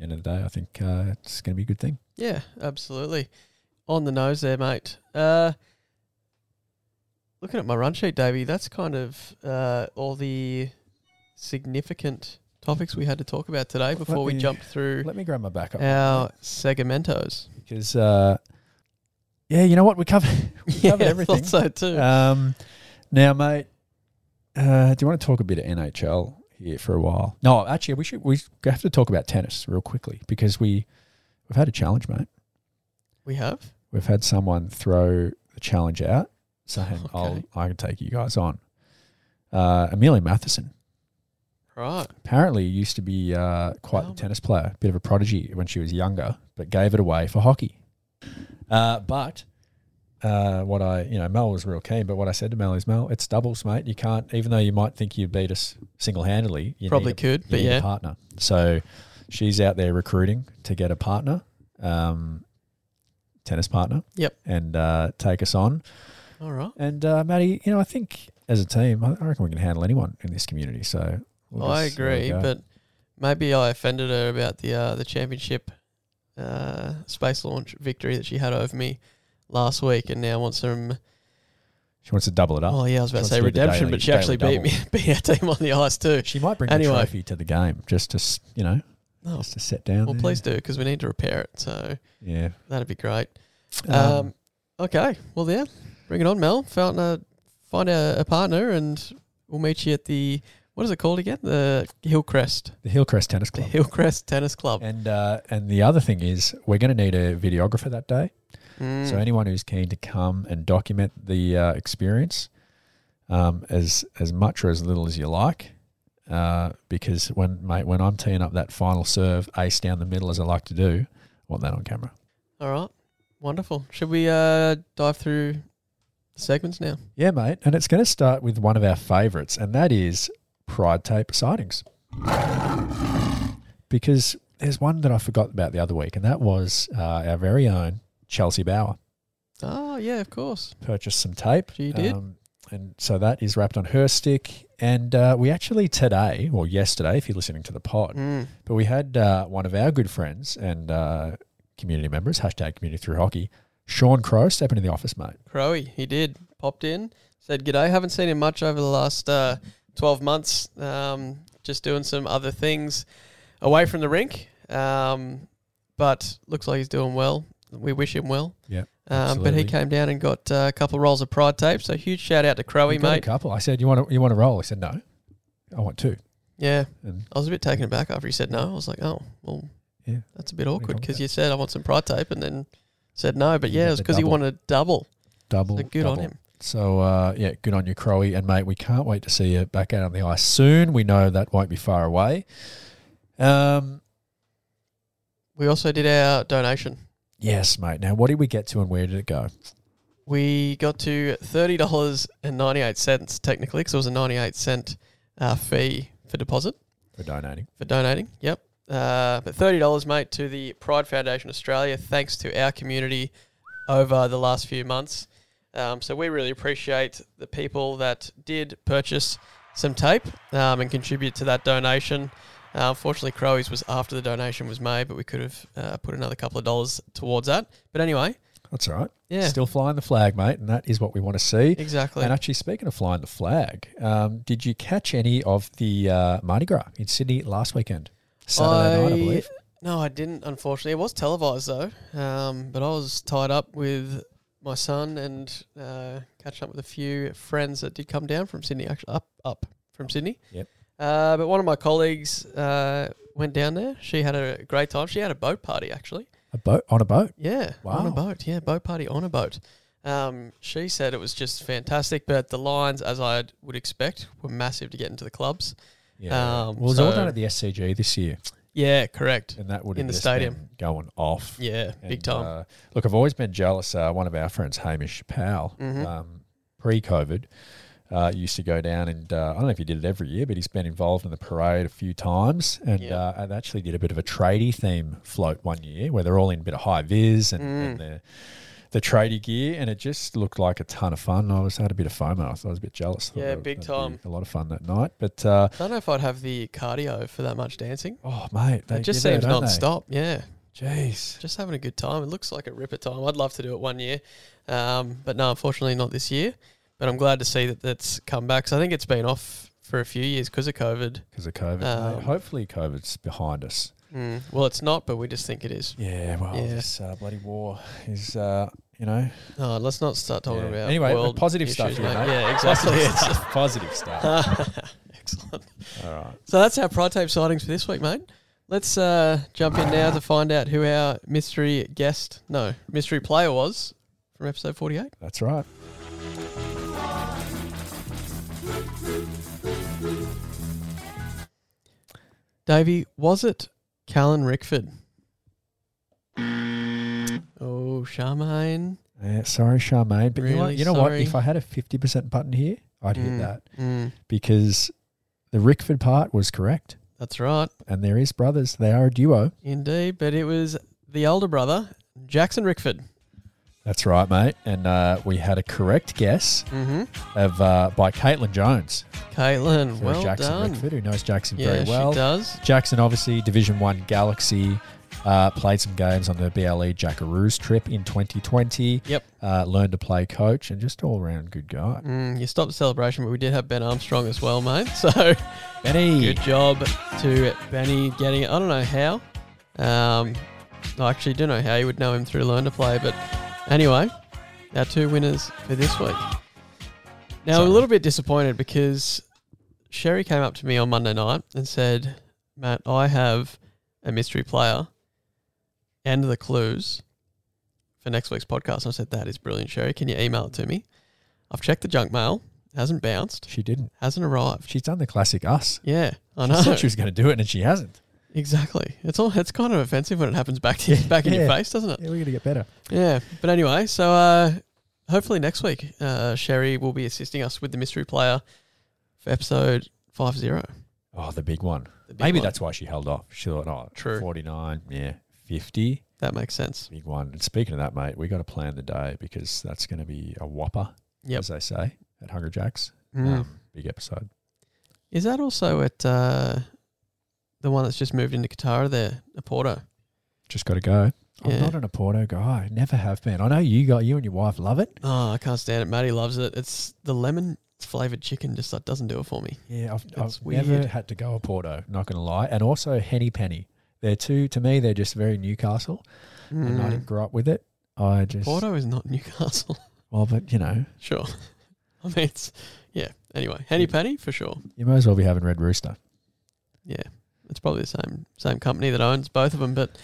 Speaker 2: end of the day, I think uh, it's going to be a good thing.
Speaker 1: yeah, absolutely. On the nose there, mate. Uh, looking at my run sheet, Davey, that's kind of uh, all the significant topics we had to talk about today before we
Speaker 2: me-
Speaker 1: jumped through
Speaker 2: Let me grab my backup
Speaker 1: our segmentos.
Speaker 2: because, uh, yeah, you know what? We covered, we covered everything.
Speaker 1: I thought so too.
Speaker 2: Um, now, mate, uh, do you want to talk a bit of NHL here for a while? No, actually, we should. We have to talk about tennis real quickly because we we've had a challenge, mate.
Speaker 1: we have.
Speaker 2: We've had someone throw the challenge out, saying,
Speaker 1: Okay.
Speaker 2: "I'll I can take you guys on." Uh, Amelia Matheson
Speaker 1: Right.
Speaker 2: apparently used to be uh, quite
Speaker 1: Wow.
Speaker 2: the tennis player, bit of a prodigy when she was younger, but gave it away for hockey. Uh, but uh, what I, you know, Mel was real keen, but what I said to Mel is, Mel, it's doubles, mate. You can't, even though you might think you beat us single handedly, you
Speaker 1: Probably
Speaker 2: need a,
Speaker 1: could,
Speaker 2: you
Speaker 1: but
Speaker 2: need a
Speaker 1: yeah.
Speaker 2: partner. So she's out there recruiting to get a partner, um, tennis partner.
Speaker 1: Yep.
Speaker 2: And uh, take us on.
Speaker 1: All right.
Speaker 2: And uh, Maddie, you know, I think as a team, I I reckon we can handle anyone in this community. So we'll
Speaker 1: I
Speaker 2: just- there we
Speaker 1: agree,
Speaker 2: go.
Speaker 1: but maybe I offended her about the uh, the championship uh, space launch victory that she had over me last week, and now wants some.
Speaker 2: she wants to double it up.
Speaker 1: Oh yeah, I was about to
Speaker 2: She wants
Speaker 1: say
Speaker 2: to do the
Speaker 1: redemption,
Speaker 2: daily-
Speaker 1: but she actually
Speaker 2: daily
Speaker 1: beat me, beat our team on the ice too.
Speaker 2: She might bring
Speaker 1: Anyway.
Speaker 2: the trophy to the game just to s- you know
Speaker 1: Oh,
Speaker 2: just to set down.
Speaker 1: well,
Speaker 2: there.
Speaker 1: please do because we need to repair it. So
Speaker 2: Yeah.
Speaker 1: that'd be great.
Speaker 2: Um,
Speaker 1: Um, okay, well yeah, bring it on, Mel. Found a, find a, a partner, and we'll meet you at the what is it called again? The Hillcrest,
Speaker 2: the Hillcrest Tennis
Speaker 1: the
Speaker 2: Club.
Speaker 1: Hillcrest Tennis Club.
Speaker 2: And uh, and the other thing is we're going to need a videographer that day.
Speaker 1: Mm.
Speaker 2: So anyone who's keen to come and document the uh, experience, um, as as much or as little as you like, uh, because when mate when I'm teeing up that final serve, ace down the middle as I like to do, I want that on camera.
Speaker 1: All right. Wonderful. Should we uh, dive through the segments now?
Speaker 2: Yeah, mate. And it's going to start with one of our favorites, and that is Pride Tape sightings. Because there's one that I forgot about the other week, and that was uh, our very own Chelsea Bauer
Speaker 1: Oh, yeah, of course.
Speaker 2: purchased some tape.
Speaker 1: She did.
Speaker 2: Um, and so that is wrapped on her stick. And uh, we actually today, or yesterday, if you're listening to the pod,
Speaker 1: Mm.
Speaker 2: but we had uh, one of our good friends and uh, community members, hashtag community through hockey, Sean Crow, step into the office, mate.
Speaker 1: Crowy, he did. Popped in, said, G'day. Haven't seen him much over the last uh, 12 months. Um, just doing some other things away from the rink. Um, but looks like he's doing well. We wish him well.
Speaker 2: Yeah,
Speaker 1: Um, but he
Speaker 2: absolutely.
Speaker 1: came down and got uh, a couple of rolls of pride tape. So huge shout out to
Speaker 2: We
Speaker 1: Crowy,
Speaker 2: got a
Speaker 1: mate.
Speaker 2: couple. I said, you want to, you want to roll? He said, no, I want two.
Speaker 1: Yeah.
Speaker 2: And
Speaker 1: I was a bit taken aback after he said no. I was like, oh, well,
Speaker 2: Yeah.
Speaker 1: that's a bit
Speaker 2: you
Speaker 1: awkward
Speaker 2: want
Speaker 1: because
Speaker 2: that?
Speaker 1: you said I want some pride tape and then said no. But
Speaker 2: You
Speaker 1: yeah,
Speaker 2: got
Speaker 1: it was
Speaker 2: the
Speaker 1: because he
Speaker 2: double.
Speaker 1: wanted double.
Speaker 2: double.
Speaker 1: So good on
Speaker 2: double.
Speaker 1: him.
Speaker 2: So uh, yeah, good on you, Crowy, and mate. We can't wait to see you back out on the ice soon. We know that won't be far away. Um,
Speaker 1: We also did our donation.
Speaker 2: yes, mate. Now, what did we get to, and where did it go?
Speaker 1: We got to thirty dollars and ninety eight cents technically because it was a ninety eight cent uh, fee for deposit
Speaker 2: For donating.
Speaker 1: for donating. Yep. Uh, but thirty dollars, mate, to the Pride Foundation Australia. Thanks to our community over the last few months. Um, so we really appreciate the people that did purchase some tape um, and contribute to that donation. Uh, unfortunately, Crowy's was after the donation was made, but we could have uh, put another couple of dollars towards that. But anyway,
Speaker 2: That's all right.
Speaker 1: yeah,
Speaker 2: Still flying the flag, mate, and that is what we want to see.
Speaker 1: exactly.
Speaker 2: And actually, speaking of flying the flag, um, did you catch any of the uh, Mardi Gras in Sydney last weekend? Saturday night, I
Speaker 1: I-
Speaker 2: believe.
Speaker 1: No, I didn't. Unfortunately, it was televised though. Um, but I was tied up with my son and uh, catching up with a few friends that did come down from Sydney. Actually, up up from Sydney.
Speaker 2: Yep.
Speaker 1: Uh, but one of my colleagues uh, went down there. She had a great time. She had a boat party actually.
Speaker 2: A boat on a boat.
Speaker 1: Yeah, on a
Speaker 2: Wow.
Speaker 1: boat. Yeah, boat party on a boat. Um, she said it was just fantastic, but the lines, as I would expect, were massive to get into the clubs. Um,
Speaker 2: well, it was all
Speaker 1: so-
Speaker 2: done at the SCG this year,
Speaker 1: Yeah, correct.
Speaker 2: and that would
Speaker 1: In
Speaker 2: have
Speaker 1: the
Speaker 2: just
Speaker 1: stadium.
Speaker 2: been going off.
Speaker 1: Yeah, big
Speaker 2: And,
Speaker 1: time.
Speaker 2: uh, look, I've always been jealous. Uh, one of our friends, Hamish Powell,
Speaker 1: Mhm.
Speaker 2: um, pre-COVID, uh, used to go down and uh, I don't know if he did it every year, but he's been involved in the parade a few times, and
Speaker 1: Yeah.
Speaker 2: uh, and actually did a bit of a tradie theme float one year where they're all in a bit of high vis and,
Speaker 1: Mm.
Speaker 2: and the the tradie gear, and it just looked like a ton of fun. I was had a bit of FOMO. I thought I was a bit jealous. I thought
Speaker 1: Yeah,
Speaker 2: that would-
Speaker 1: big
Speaker 2: that'd be
Speaker 1: time.
Speaker 2: A lot of fun that night, but. Uh,
Speaker 1: I don't know if I'd have the cardio for that much dancing.
Speaker 2: Oh mate, they
Speaker 1: It just
Speaker 2: do,
Speaker 1: seems
Speaker 2: don't they?
Speaker 1: non-stop. Yeah,
Speaker 2: Jeez,
Speaker 1: just having a good time. It looks like a ripper time. I'd love to do it one year, um, but no, unfortunately not this year. But I'm glad to see that that's come back. 'cause I think it's been off for a few years because of COVID.
Speaker 2: because of COVID.
Speaker 1: Um,
Speaker 2: mate. Hopefully, COVID's behind us.
Speaker 1: Mm. Well, it's not, but we just think it is.
Speaker 2: Yeah, well,
Speaker 1: Yeah.
Speaker 2: this uh, bloody war is, uh, you know,
Speaker 1: No, Uh, let's not start talking
Speaker 2: Yeah.
Speaker 1: about
Speaker 2: Anyway,
Speaker 1: world
Speaker 2: positive stuff
Speaker 1: issues,
Speaker 2: here, mate.
Speaker 1: Yeah, exactly. It's-
Speaker 2: positive stuff.
Speaker 1: Excellent.
Speaker 2: All right.
Speaker 1: So that's our Pride Tape sightings for this week, mate. Let's uh, jump in now to find out who our mystery guest, no, mystery player was from episode 48.
Speaker 2: That's right.
Speaker 1: Davey, was it Callan Rickford? Oh, Charmaine.
Speaker 2: Yeah, sorry, Charmaine. But you know, what-
Speaker 1: Really
Speaker 2: you know what?
Speaker 1: sorry.
Speaker 2: If I had a 50% button here, I'd hit
Speaker 1: Mm,
Speaker 2: that
Speaker 1: mm,
Speaker 2: because the Rickford part was correct.
Speaker 1: that's right,
Speaker 2: And there is brothers. They are a duo.
Speaker 1: indeed. But it was the older brother, Jackson Rickford.
Speaker 2: That's right, mate. And uh, we had a correct guess
Speaker 1: Mm-hmm.
Speaker 2: of uh, by Caitlin Jones.
Speaker 1: Caitlin,
Speaker 2: for
Speaker 1: well
Speaker 2: Jackson
Speaker 1: done.
Speaker 2: Rickford, who knows Jackson
Speaker 1: Yeah,
Speaker 2: very well.
Speaker 1: she does.
Speaker 2: Jackson, obviously, Division One Galaxy, uh, played some games on the BLE Jackaroos trip in 2020.
Speaker 1: Yep.
Speaker 2: Uh, learned to play coach and just all round good guy.
Speaker 1: Mm, you stopped the celebration, but we did have Ben Armstrong as well, mate. So
Speaker 2: Benny.
Speaker 1: good job to Benny getting it. I don't know how. Um, I actually do know how. You would know him through Learn to Play. But anyway, our two winners for this week. Now, I'm
Speaker 2: Sorry.
Speaker 1: a little bit disappointed because Sherry came up to me on Monday night and said, Matt, I have a mystery player and the clues for next week's podcast. And I said, That is brilliant, Sherry. Can you email it to me? I've checked the junk mail, hasn't bounced,
Speaker 2: She didn't.
Speaker 1: hasn't arrived.
Speaker 2: She's done the classic us.
Speaker 1: Yeah, I
Speaker 2: She
Speaker 1: know.
Speaker 2: said she was going to do it and she hasn't.
Speaker 1: Exactly. It's all. It's kind of offensive when it happens back to you, back in your
Speaker 2: Yeah.
Speaker 1: face, doesn't it?
Speaker 2: Yeah, we're going to get better.
Speaker 1: Yeah. But anyway, so uh, hopefully next week, uh, Sherry will be assisting us with the mystery player for episode five zero.
Speaker 2: Oh, the big one.
Speaker 1: The big
Speaker 2: Maybe
Speaker 1: one.
Speaker 2: that's why she held off. She thought, oh,
Speaker 1: True.
Speaker 2: 49, yeah, 50.
Speaker 1: that makes sense.
Speaker 2: Big one. And speaking of that, mate, we got to plan the day because that's going to be a whopper,
Speaker 1: Yep.
Speaker 2: as they say at Hungry Jack's.
Speaker 1: Mm.
Speaker 2: Um, big episode.
Speaker 1: Is that also at uh, the one that's just moved into Qatar there, Porto?
Speaker 2: just got to go. I'm
Speaker 1: Yeah.
Speaker 2: not an Oporto guy. Never have been. I know you got you and your wife love it.
Speaker 1: Oh, I can't stand it. Maddie loves it. It's the lemon flavored chicken. Just that doesn't do it for me.
Speaker 2: Yeah, I've,
Speaker 1: That's
Speaker 2: I've never
Speaker 1: weird.
Speaker 2: had to go Oporto. Not going to lie, and also Henny Penny. They're two to me. They're just very Newcastle, and I didn't
Speaker 1: Mm.
Speaker 2: grow up with it. I just
Speaker 1: Porto is not Newcastle.
Speaker 2: well, but you know,
Speaker 1: Sure. I mean, it's, yeah. Anyway, Henny
Speaker 2: Hmm.
Speaker 1: Penny for sure.
Speaker 2: you might as well be having Red Rooster.
Speaker 1: Yeah, it's probably the same same company that owns both of them. But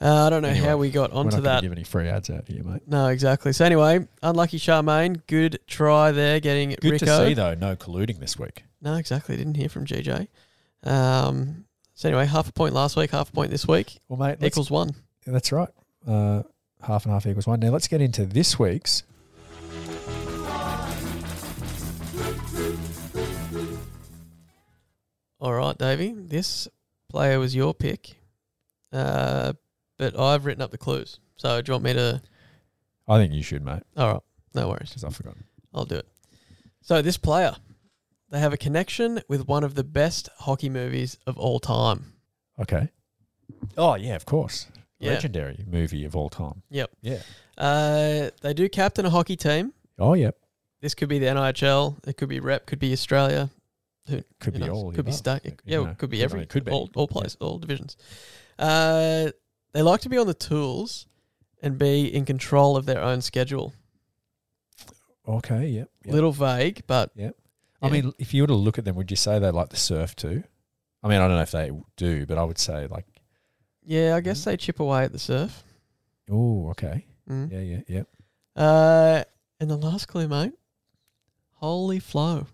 Speaker 1: uh, I don't know
Speaker 2: Anyway,
Speaker 1: how we got
Speaker 2: We're
Speaker 1: onto
Speaker 2: not gonna
Speaker 1: that.
Speaker 2: Give any free ads out here, mate.
Speaker 1: no, exactly. So anyway, unlucky Charmaine. Good try there, getting
Speaker 2: Good
Speaker 1: Rico.
Speaker 2: to see though. No colluding this week.
Speaker 1: No, exactly. Didn't hear from GJ. Um, so anyway, half a point last week, half a point this week
Speaker 2: Well, mate, let's-
Speaker 1: equals one.
Speaker 2: that's right. Uh, half and half equals one. Now let's get into this week's
Speaker 1: All right, Davey. This player was your pick, uh, but I've written up the clues. So do you want me to?
Speaker 2: I think you should, mate,
Speaker 1: All right, no worries.
Speaker 2: because I've forgotten.
Speaker 1: I'll do it. So this player, they have a connection with one of the best hockey movies of all time.
Speaker 2: Okay. Oh yeah, of course.
Speaker 1: Yeah.
Speaker 2: Legendary movie of all time.
Speaker 1: Yep.
Speaker 2: Yeah.
Speaker 1: Uh, they do captain a hockey team.
Speaker 2: Oh yeah.
Speaker 1: This could be the NIHL. It could be Rep. Could be Australia.
Speaker 2: Could
Speaker 1: who
Speaker 2: be
Speaker 1: knows?
Speaker 2: all. of the
Speaker 1: Could be
Speaker 2: above.
Speaker 1: state.
Speaker 2: You
Speaker 1: Yeah,
Speaker 2: know,
Speaker 1: it could
Speaker 2: I
Speaker 1: be
Speaker 2: mean,
Speaker 1: every.
Speaker 2: it could be.
Speaker 1: all, all plays, all divisions. Uh, they like to be on the tools and be in control of their own schedule.
Speaker 2: Okay. Yep. yep.
Speaker 1: Little vague, but
Speaker 2: Yep. I mean, if you were to look at them, would you say they like the surf too? I mean, I don't know if they do, but I would say like,
Speaker 1: yeah, I guess they chip away at the surf.
Speaker 2: oh, okay,
Speaker 1: Mm.
Speaker 2: yeah, yeah, yeah.
Speaker 1: Uh, and the last clue, mate. Holy flow.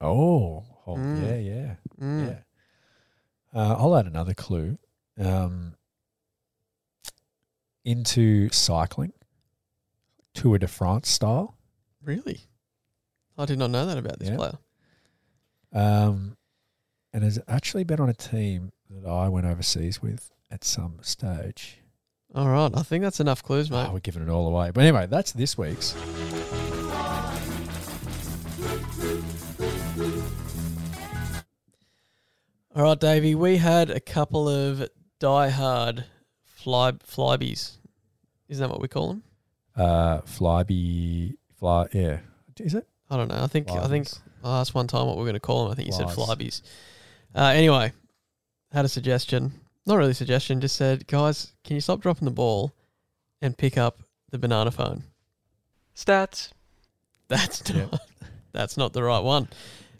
Speaker 2: Oh, oh,
Speaker 1: Mm.
Speaker 2: yeah, yeah,
Speaker 1: Mm.
Speaker 2: yeah. Uh, I'll add another clue um, into cycling, Tour de France style.
Speaker 1: Really? I did not know that about this
Speaker 2: Yeah.
Speaker 1: player.
Speaker 2: Um, and has actually been on a team that I went overseas with at some stage.
Speaker 1: All right, I think that's enough clues, mate.
Speaker 2: Oh, we're giving it all away. But anyway, that's this week's.
Speaker 1: All right, Davey, we had a couple of die-hard fly flybies. Isn't that what we call them?
Speaker 2: Uh, flyby, fly, yeah. Is it?
Speaker 1: I don't know. I think I think
Speaker 2: Flybies.
Speaker 1: I asked one time what we are going to call them. I think you said
Speaker 2: Flies.
Speaker 1: flybies. Uh, anyway, had a suggestion. Not really a suggestion. Just said, guys, can you stop dropping the ball and pick up the banana phone? Stats. That's not,
Speaker 2: Yep.
Speaker 1: that's not the right one.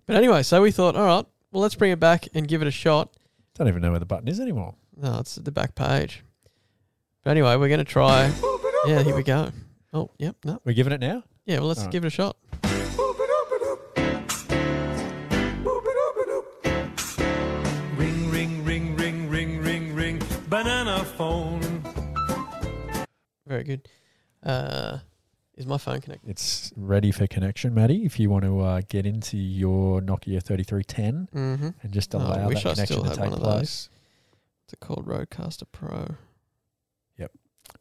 Speaker 1: But anyway, so we thought, all right, well, let's bring it back and give it a shot.
Speaker 2: Don't even know where the button is anymore.
Speaker 1: No, it's at the back page. But anyway, we're going to try. yeah, here we go. Oh, yep, no.
Speaker 2: We're giving it now?
Speaker 1: Yeah, well, let's
Speaker 2: Alright.
Speaker 1: give it a shot.
Speaker 3: Ring, ring, ring, ring, ring, ring, ring, banana phone.
Speaker 1: Very good. Uh, is my phone connected?
Speaker 2: It's ready for connection, Maddie. If you want to uh, get into your Nokia 3310
Speaker 1: Mm-hmm.
Speaker 2: and just
Speaker 1: Oh, I
Speaker 2: allow
Speaker 1: wish
Speaker 2: that
Speaker 1: I still
Speaker 2: connection to
Speaker 1: had
Speaker 2: take
Speaker 1: one of
Speaker 2: place,
Speaker 1: those. It's called Roadcaster Pro.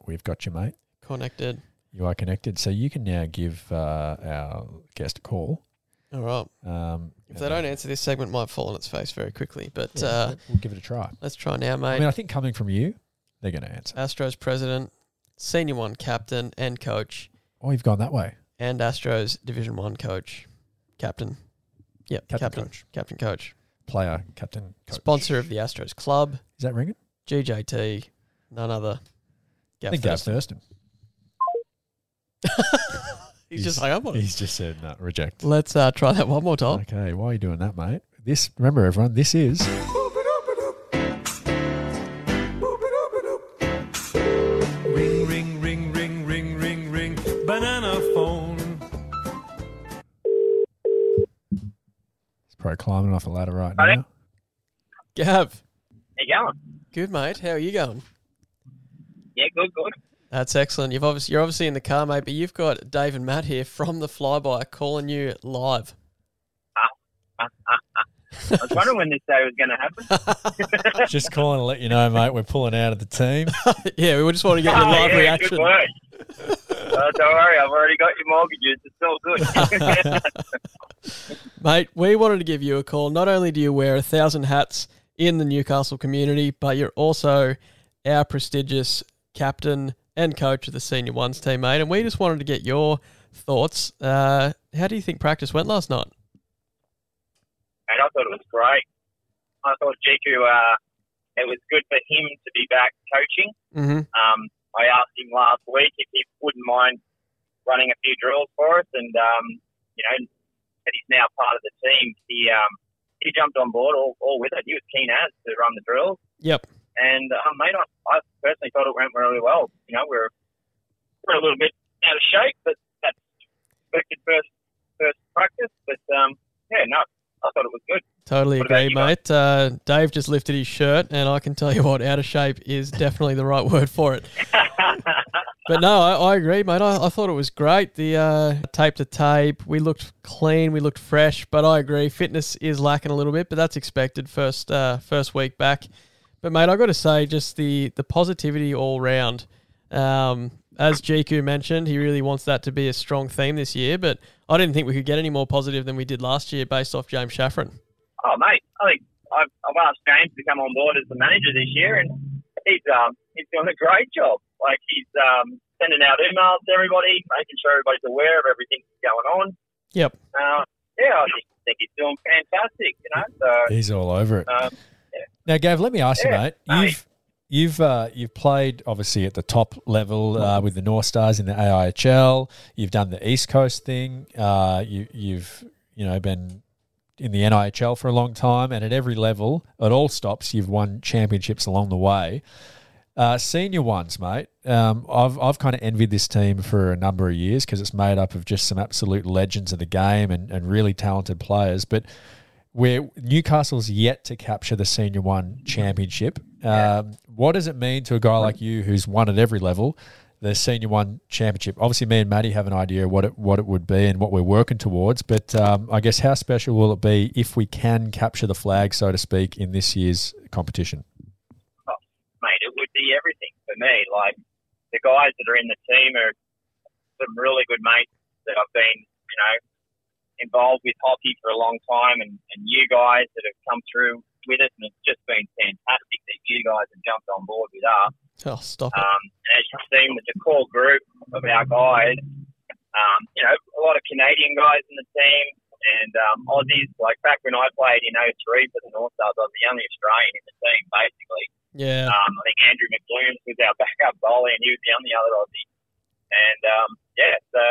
Speaker 2: we've got you, mate.
Speaker 1: Connected.
Speaker 2: You are connected. So you can now give uh, our guest a call.
Speaker 1: All right.
Speaker 2: Um,
Speaker 1: If
Speaker 2: and
Speaker 1: they don't
Speaker 2: then-
Speaker 1: answer, this segment might fall on its face very quickly. But
Speaker 2: Yeah,
Speaker 1: uh,
Speaker 2: we'll give it a try.
Speaker 1: let's try now,
Speaker 2: I
Speaker 1: mate.
Speaker 2: mean, I think coming from you, they're going to answer.
Speaker 1: Astros president, senior one captain and coach,
Speaker 2: Oh, you've gone that way.
Speaker 1: and Astros Division One coach, captain. Yep,
Speaker 2: Captain
Speaker 1: captain, captain coach.
Speaker 2: coach. Player, captain, coach.
Speaker 1: Sponsor of the Astros club.
Speaker 2: Is that ringing?
Speaker 1: GJT, none other.
Speaker 2: I
Speaker 1: Gav
Speaker 2: think Gav
Speaker 1: Thurston.
Speaker 2: Thurston.
Speaker 1: He's, just hung up on it.
Speaker 2: He's just said, no, reject.
Speaker 1: Let's uh, try that one more time.
Speaker 2: Okay, why are you doing that, mate? This, remember, everyone, this is.
Speaker 3: Ring, ring, ring, ring, ring, ring, ring, banana phone.
Speaker 2: It's probably climbing off a ladder right
Speaker 4: Hi.
Speaker 2: now.
Speaker 1: Gav,
Speaker 4: How you going?
Speaker 1: good mate. How are you going?
Speaker 4: Yeah, good, good.
Speaker 1: That's excellent. You've obviously you're obviously in the car, mate, but you've got Dave and Matt here from the flyby calling you live.
Speaker 4: I was wondering when this day was going to happen.
Speaker 2: Just calling to let you know, mate, we're pulling out of the team.
Speaker 1: yeah, we just want to get your
Speaker 4: Oh,
Speaker 1: live
Speaker 4: yeah,
Speaker 1: reaction.
Speaker 4: Good work. oh, don't worry, I've already got your mortgages. It's all good.
Speaker 1: Mate, we wanted to give you a call. Not only do you wear a thousand hats in the Newcastle community, but you're also our prestigious captain and coach of the senior ones team, mate. And we just wanted to get your thoughts. Uh, how do you think practice went last night?
Speaker 4: and I thought it was great. I thought Jiku, uh, it was good for him to be back coaching.
Speaker 1: Mm-hmm.
Speaker 4: Um, I asked him last week if he wouldn't mind running a few drills for us, and um, you know that he's now part of the team. He um, he jumped on board all, all with it. He was keen as to run the drills.
Speaker 1: Yep.
Speaker 4: And uh, mate, I, I personally thought it went really well. You know, we're we're a little bit out of shape, but that's expected first first practice. But um, yeah, no, I thought it was good.
Speaker 1: Totally
Speaker 4: What about
Speaker 1: agree,
Speaker 4: you, mate?
Speaker 1: mate. Uh, Dave just lifted his shirt, and I can tell you what, out of shape is definitely the right word for it. But no, I, I agree, mate. I, I thought it was great. The uh, tape to tape, we looked clean, we looked fresh. But I agree, fitness is lacking a little bit, but that's expected first uh, first week back. But mate, I got to say, just the the positivity all round. Um, as Jiku mentioned, he really wants that to be a strong theme this year. But I didn't think we could get any more positive than we did last year, based off James Shaffron.
Speaker 4: oh mate, I think I've, I've asked James to come on board as the manager this year, and he's um, he's doing a great job. Like he's um, sending out emails to everybody, making sure everybody's aware of everything that's going on.
Speaker 1: Yep.
Speaker 4: Uh, yeah, I just think he's doing fantastic. You know, so
Speaker 2: He's all over it.
Speaker 4: um,
Speaker 2: Now, Gav, let me ask you,
Speaker 4: Yeah,
Speaker 2: mate.
Speaker 4: mate.
Speaker 2: You've you've uh, you've played obviously at the top level
Speaker 4: Mm.
Speaker 2: uh, with the North Stars in the AIHL. You've done the East Coast thing. Uh, you, you've you know, been in the NIHL for a long time, and at every level, at all stops, you've won championships along the way. Uh, senior ones, mate. Um, I've I've kind of envied this team for a number of years because it's made up of just some absolute legends of the game and, and really talented players. But where Newcastle's yet to capture the senior one championship, um, what does it mean to a guy like you who's won at every level the senior one championship? Obviously, me and Maddie have an idea what it what it would be and what we're working towards. But um, I guess how special will it be if we can capture the flag, so to speak, in this year's competition?
Speaker 4: mate, it would be everything for me. Like the guys that are in the team are some really good mates that I've been, you know, involved with hockey for a long time, and, and you guys that have come through with us, and it's just been fantastic that you guys have jumped on board with us.
Speaker 1: Oh, stop it.
Speaker 4: Um, and as you've seen, it's a core group of our guys. Um, you know, a lot of Canadian guys in the team and um, Aussies. Like back when I played in 03 for the North Stars, I was the only Australian in the team, basically.
Speaker 1: Yeah.
Speaker 4: Um, I think Andrew McBloom was our backup goalie, and he was the only other Aussie. And um, yeah, so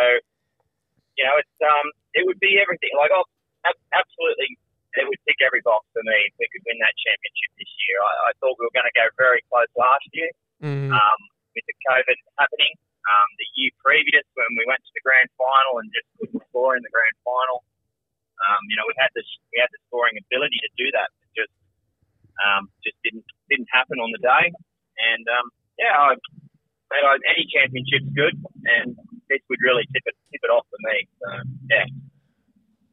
Speaker 4: you know, it's um, it would be everything. Like, I'll, ab- absolutely, it would tick every box for me if we could win that championship this year. I, I thought we were going to go very close last year
Speaker 1: Mm.
Speaker 4: um, with the COVID happening. Um, the year previous, when we went to the grand final and just couldn't score in the grand final, um, you know, we had the we had the scoring ability to do that, but just um, just didn't didn't happen on the day. And um, yeah, I, mate, I, any championship's good, and this would really tip it tip it off for me. So yeah,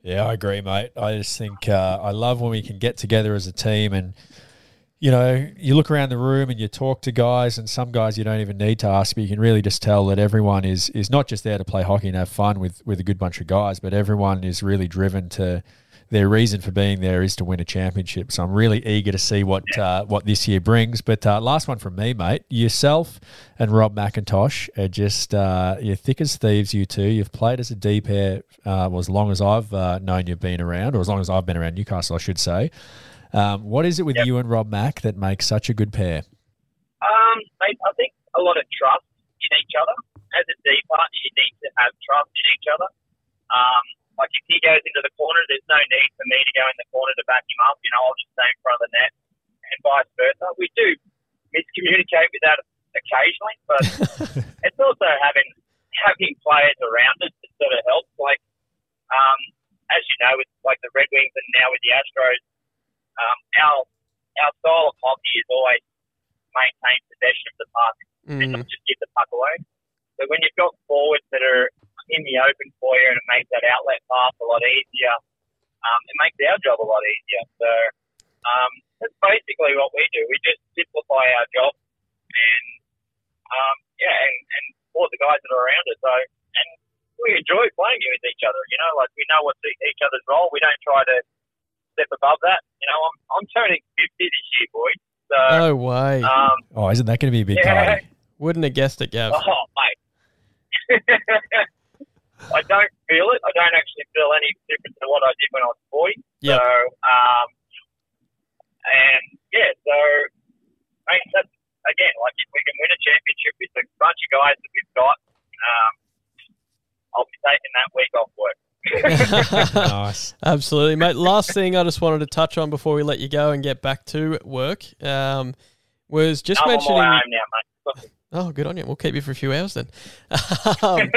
Speaker 2: Yeah, I agree, mate. I just think uh, I love when we can get together as a team and, you know, you look around the room and you talk to guys, and some guys you don't even need to ask, but you can really just tell that everyone is is not just there to play hockey and have fun with with a good bunch of guys, but everyone is really driven to their reason for being there is to win a championship. So I'm really eager to see what uh, what this year brings. But uh, last one from me, mate. Yourself and Rob McIntosh are just uh, you're thick as thieves. You two. You've played as a D pair uh, well, as long as I've uh, known you've been around, or as long as I've been around Newcastle, I should say. Um, what is it with
Speaker 4: Yep.
Speaker 2: you and Rob Mack that makes such a good pair?
Speaker 4: um, mate, I think a lot of trust in each other. As a D partner, you need to have trust in each other. Um, like if he goes into the corner, there's no need for me to go in the corner to back him up. You know, I'll just stay in front of the net, and vice versa. We do miscommunicate with that occasionally, but it's also having having players around us that sort of helps. Like um, as you know, with like the Red Wings and now with the Astros, um, our our style of hockey is always maintain possession of the puck and
Speaker 1: Mm.
Speaker 4: not just give the puck away. So when you've got forwards that are in the open for you and it makes that outlet pass a lot easier, um, it makes our job a lot easier. So um, that's basically what we do. We just simplify our job and um, yeah, and, and support the guys that are around us. So and we enjoy playing with each other. You know, like we know what's e- each other's role. We don't try to step above that. You know, I'm I'm turning 50 this year, boys. So
Speaker 1: No way.
Speaker 4: um,
Speaker 2: Oh, isn't that going to be a big
Speaker 4: Yeah.
Speaker 2: party?
Speaker 1: Wouldn't have guessed it, Gav.
Speaker 4: Oh, mate. I don't feel it. I don't actually feel any different to what I did when I was 40.
Speaker 1: Yep.
Speaker 4: So, um, and yeah, so, mate, that's, again, like if we can win a championship with the bunch of guys that we've got, um, I'll be taking that week off work.
Speaker 2: nice.
Speaker 1: Absolutely, mate. Last thing I just wanted to touch on before we let you go and get back to work um, was just
Speaker 4: I'm on
Speaker 1: mentioning.
Speaker 4: my way home now, mate.
Speaker 1: Oh, good on you. We'll keep you for a few hours then. um,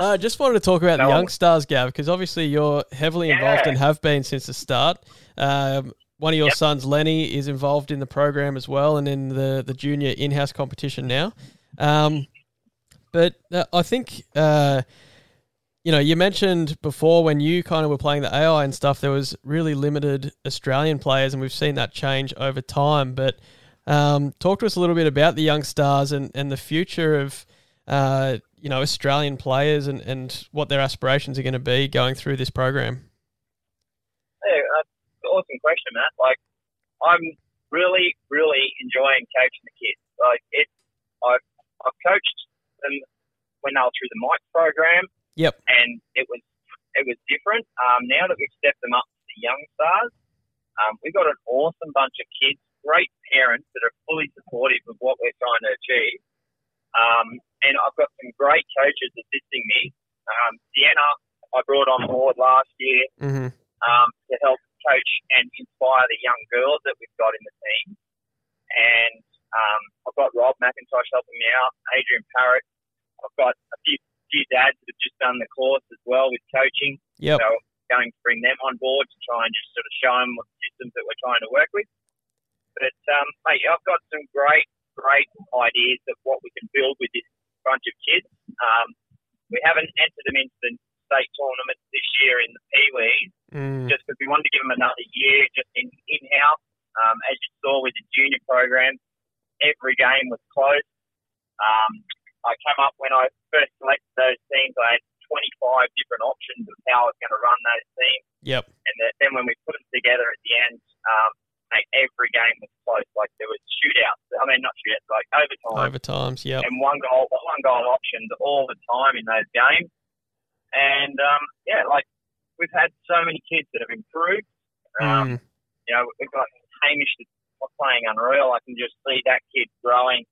Speaker 1: no, I just wanted to talk about
Speaker 4: No.
Speaker 1: the young stars, Gav, because obviously you're heavily involved
Speaker 4: Yeah.
Speaker 1: and have been since the start. Um, one of your sons, Lenny, is involved in the program as well and in the, the junior in house competition now. Um, but uh, I think, uh, you know, you mentioned before when you kind of were playing the AI and stuff, there was really limited Australian players, and we've seen that change over time. But um, talk to us a little bit about the young stars and, and the future of, uh, you know, Australian players and, and what their aspirations are going to be going through this program.
Speaker 4: Yeah, that's an awesome question, Matt. Like, I'm really, really enjoying coaching the kids. Like, it, I've, I've coached them when they were through the Mike program.
Speaker 1: Yep.
Speaker 4: And it was, it was different. Um, now that we've stepped them up to the young stars, um, we've got an awesome bunch of kids, great parents that are fully supportive of what we're trying to achieve. Um, and I've got some great coaches assisting me. Um, Deanna I brought on board last year
Speaker 1: Mm-hmm.
Speaker 4: um, to help coach and inspire the young girls that we've got in the team. And um, I've got Rob McIntosh helping me out, Adrian Parrott. I've got a few, few dads that have just done the course as well with coaching,
Speaker 1: Yep.
Speaker 4: so I'm going to bring them on board to try and just sort of show them what systems that we're trying to work with. But um, mate, I've got some great, great ideas of what we can build with this bunch of kids. Um, we haven't entered them into the state tournament this year in the Pee-wees
Speaker 1: Mm.
Speaker 4: just because we wanted to give them another year just in in house. Um, as you saw with the junior program, every game was close. Um, I came up when I first selected those teams. I had 25 different options of how I was going to run those teams,
Speaker 1: Yep.
Speaker 4: and that, then when we put them together at the end, um, like every game was close. Like there was shootouts. I mean, not shootouts, like overtime
Speaker 1: Overtimes. Yep.
Speaker 4: and one goal one goal options all the time in those games. And um, yeah, like we've had so many kids that have improved. Um,
Speaker 1: Mm.
Speaker 4: You know, we've got Hamish that's playing unreal. I can just see that kid growing,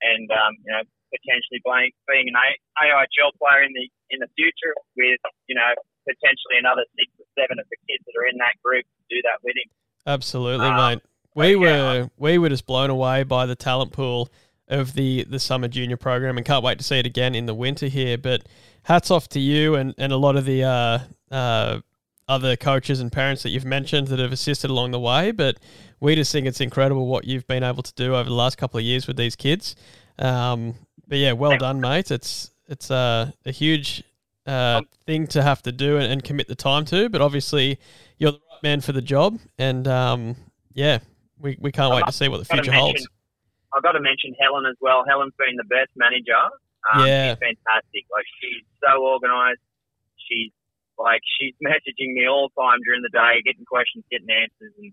Speaker 4: and um, you know, potentially being being an AIHL player in the in the future with you know potentially another six or seven of the kids that are in that group to do that with him.
Speaker 1: Absolutely,
Speaker 4: Um,
Speaker 1: mate. We
Speaker 4: yeah.
Speaker 1: were we were just blown away by the talent pool of the the summer junior program, and can't wait to see it again in the winter here. But hats off to you and, and a lot of the uh, uh, other coaches and parents that you've mentioned that have assisted along the way. But we just think it's incredible what you've been able to do over the last couple of years with these kids. Um, but yeah, well done, mate. It's it's uh, a huge uh,
Speaker 4: Um,
Speaker 1: thing to have to do and, and commit the time to. But obviously, you're the right man for the job, and um, yeah, we, we can't wait to see what the
Speaker 4: Gotta
Speaker 1: future
Speaker 4: mention-
Speaker 1: holds.
Speaker 4: I've got to mention Helen as well. Helen's been the best manager. Um,
Speaker 1: Yeah.
Speaker 4: She's fantastic. Like, she's so organised. She's, like, she's messaging me all the time during the day, getting questions, getting answers. And,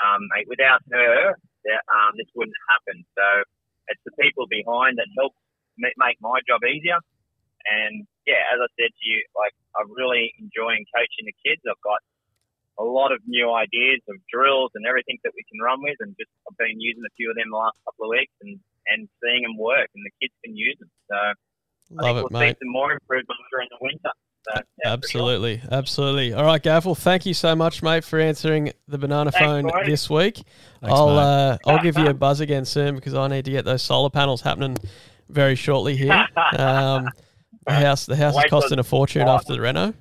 Speaker 4: um, mate, without her, that, um, this wouldn't happen. So it's the people behind that help ma- make my job easier. And, yeah, as I said to you, like, I'm really enjoying coaching the kids. I've got a lot of new ideas of drills and everything that we can run with, and just I've been using a few of them the last couple of weeks and, and seeing them work, and the kids can use them. So I
Speaker 1: Love
Speaker 4: think
Speaker 1: it,
Speaker 4: we'll
Speaker 1: mate.
Speaker 4: see some more improvements during the winter. So, yeah, for sure.
Speaker 1: Absolutely, absolutely. All right, Gav. Well, thank you so much, mate, for answering the banana
Speaker 4: Thanks,
Speaker 1: phone
Speaker 4: mate.
Speaker 1: this week.
Speaker 2: Thanks,
Speaker 1: I'll
Speaker 2: mate.
Speaker 1: uh, I'll give you a buzz again soon because I need to get those solar panels happening very shortly here. Um, the house the house is
Speaker 4: Wait till-
Speaker 1: costing a fortune after the reno.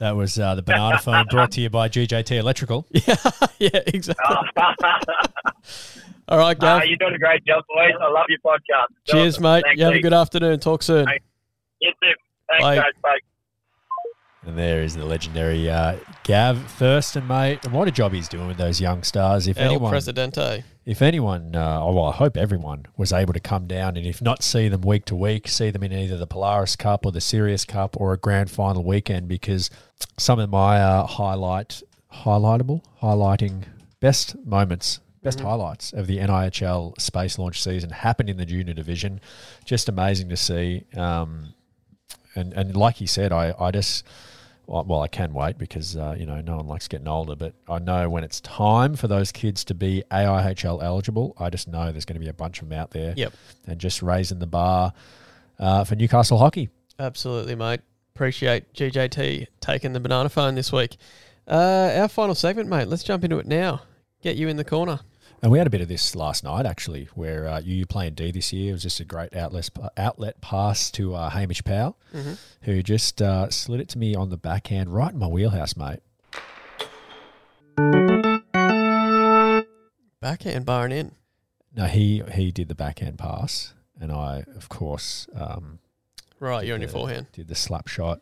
Speaker 2: That was uh, the banana phone brought to you by GJT Electrical.
Speaker 1: Yeah, yeah, exactly.
Speaker 4: Ah,
Speaker 1: All right, Gav.
Speaker 4: you're doing a great job, boys. I love your podcast. It's
Speaker 1: Cheers,
Speaker 4: awesome.
Speaker 1: mate.
Speaker 4: Thanks,
Speaker 1: You have a
Speaker 4: Lee.
Speaker 1: good afternoon. Talk soon.
Speaker 4: Thanks. You too. Thanks,
Speaker 1: Bye.
Speaker 4: guys. Bye.
Speaker 2: And there is the legendary uh, Gav Thurston, mate. And what a job he's doing with those young stars. If
Speaker 1: El
Speaker 2: anyone,
Speaker 1: Presidente.
Speaker 2: if anyone, uh, oh, well, I hope everyone was able to come down and if not see them week to week, see them in either the Polaris Cup or the Sirius Cup or a grand final weekend because some of my uh, highlight, highlightable, highlighting best moments, best highlights of the NIHL space launch season happened in the junior division. Just amazing to see. Um, and, and like he said, I, I just well, well, I can wait because uh, you know no one likes getting older, but I know when it's time for those kids to be AIHL eligible, I just know there's going to be a bunch of them out there.
Speaker 1: Yep.
Speaker 2: and just raising the bar uh, for Newcastle hockey.
Speaker 1: Absolutely, mate. Appreciate GJT taking the banana phone this week. Uh, our final segment, mate. Let's jump into it now. Get you in the corner.
Speaker 2: And we had a bit of this last night actually, where uh, you playing D this year. It was just a great outlet outlet pass to uh, Hamish Powell, who just uh, slid it to me on the backhand, right in my wheelhouse, mate.
Speaker 1: Backhand bar and in.
Speaker 2: No, he he did the backhand pass, and I of course. Um,
Speaker 1: Right, you're on your
Speaker 2: the-
Speaker 1: forehand.
Speaker 2: Did the slap shot,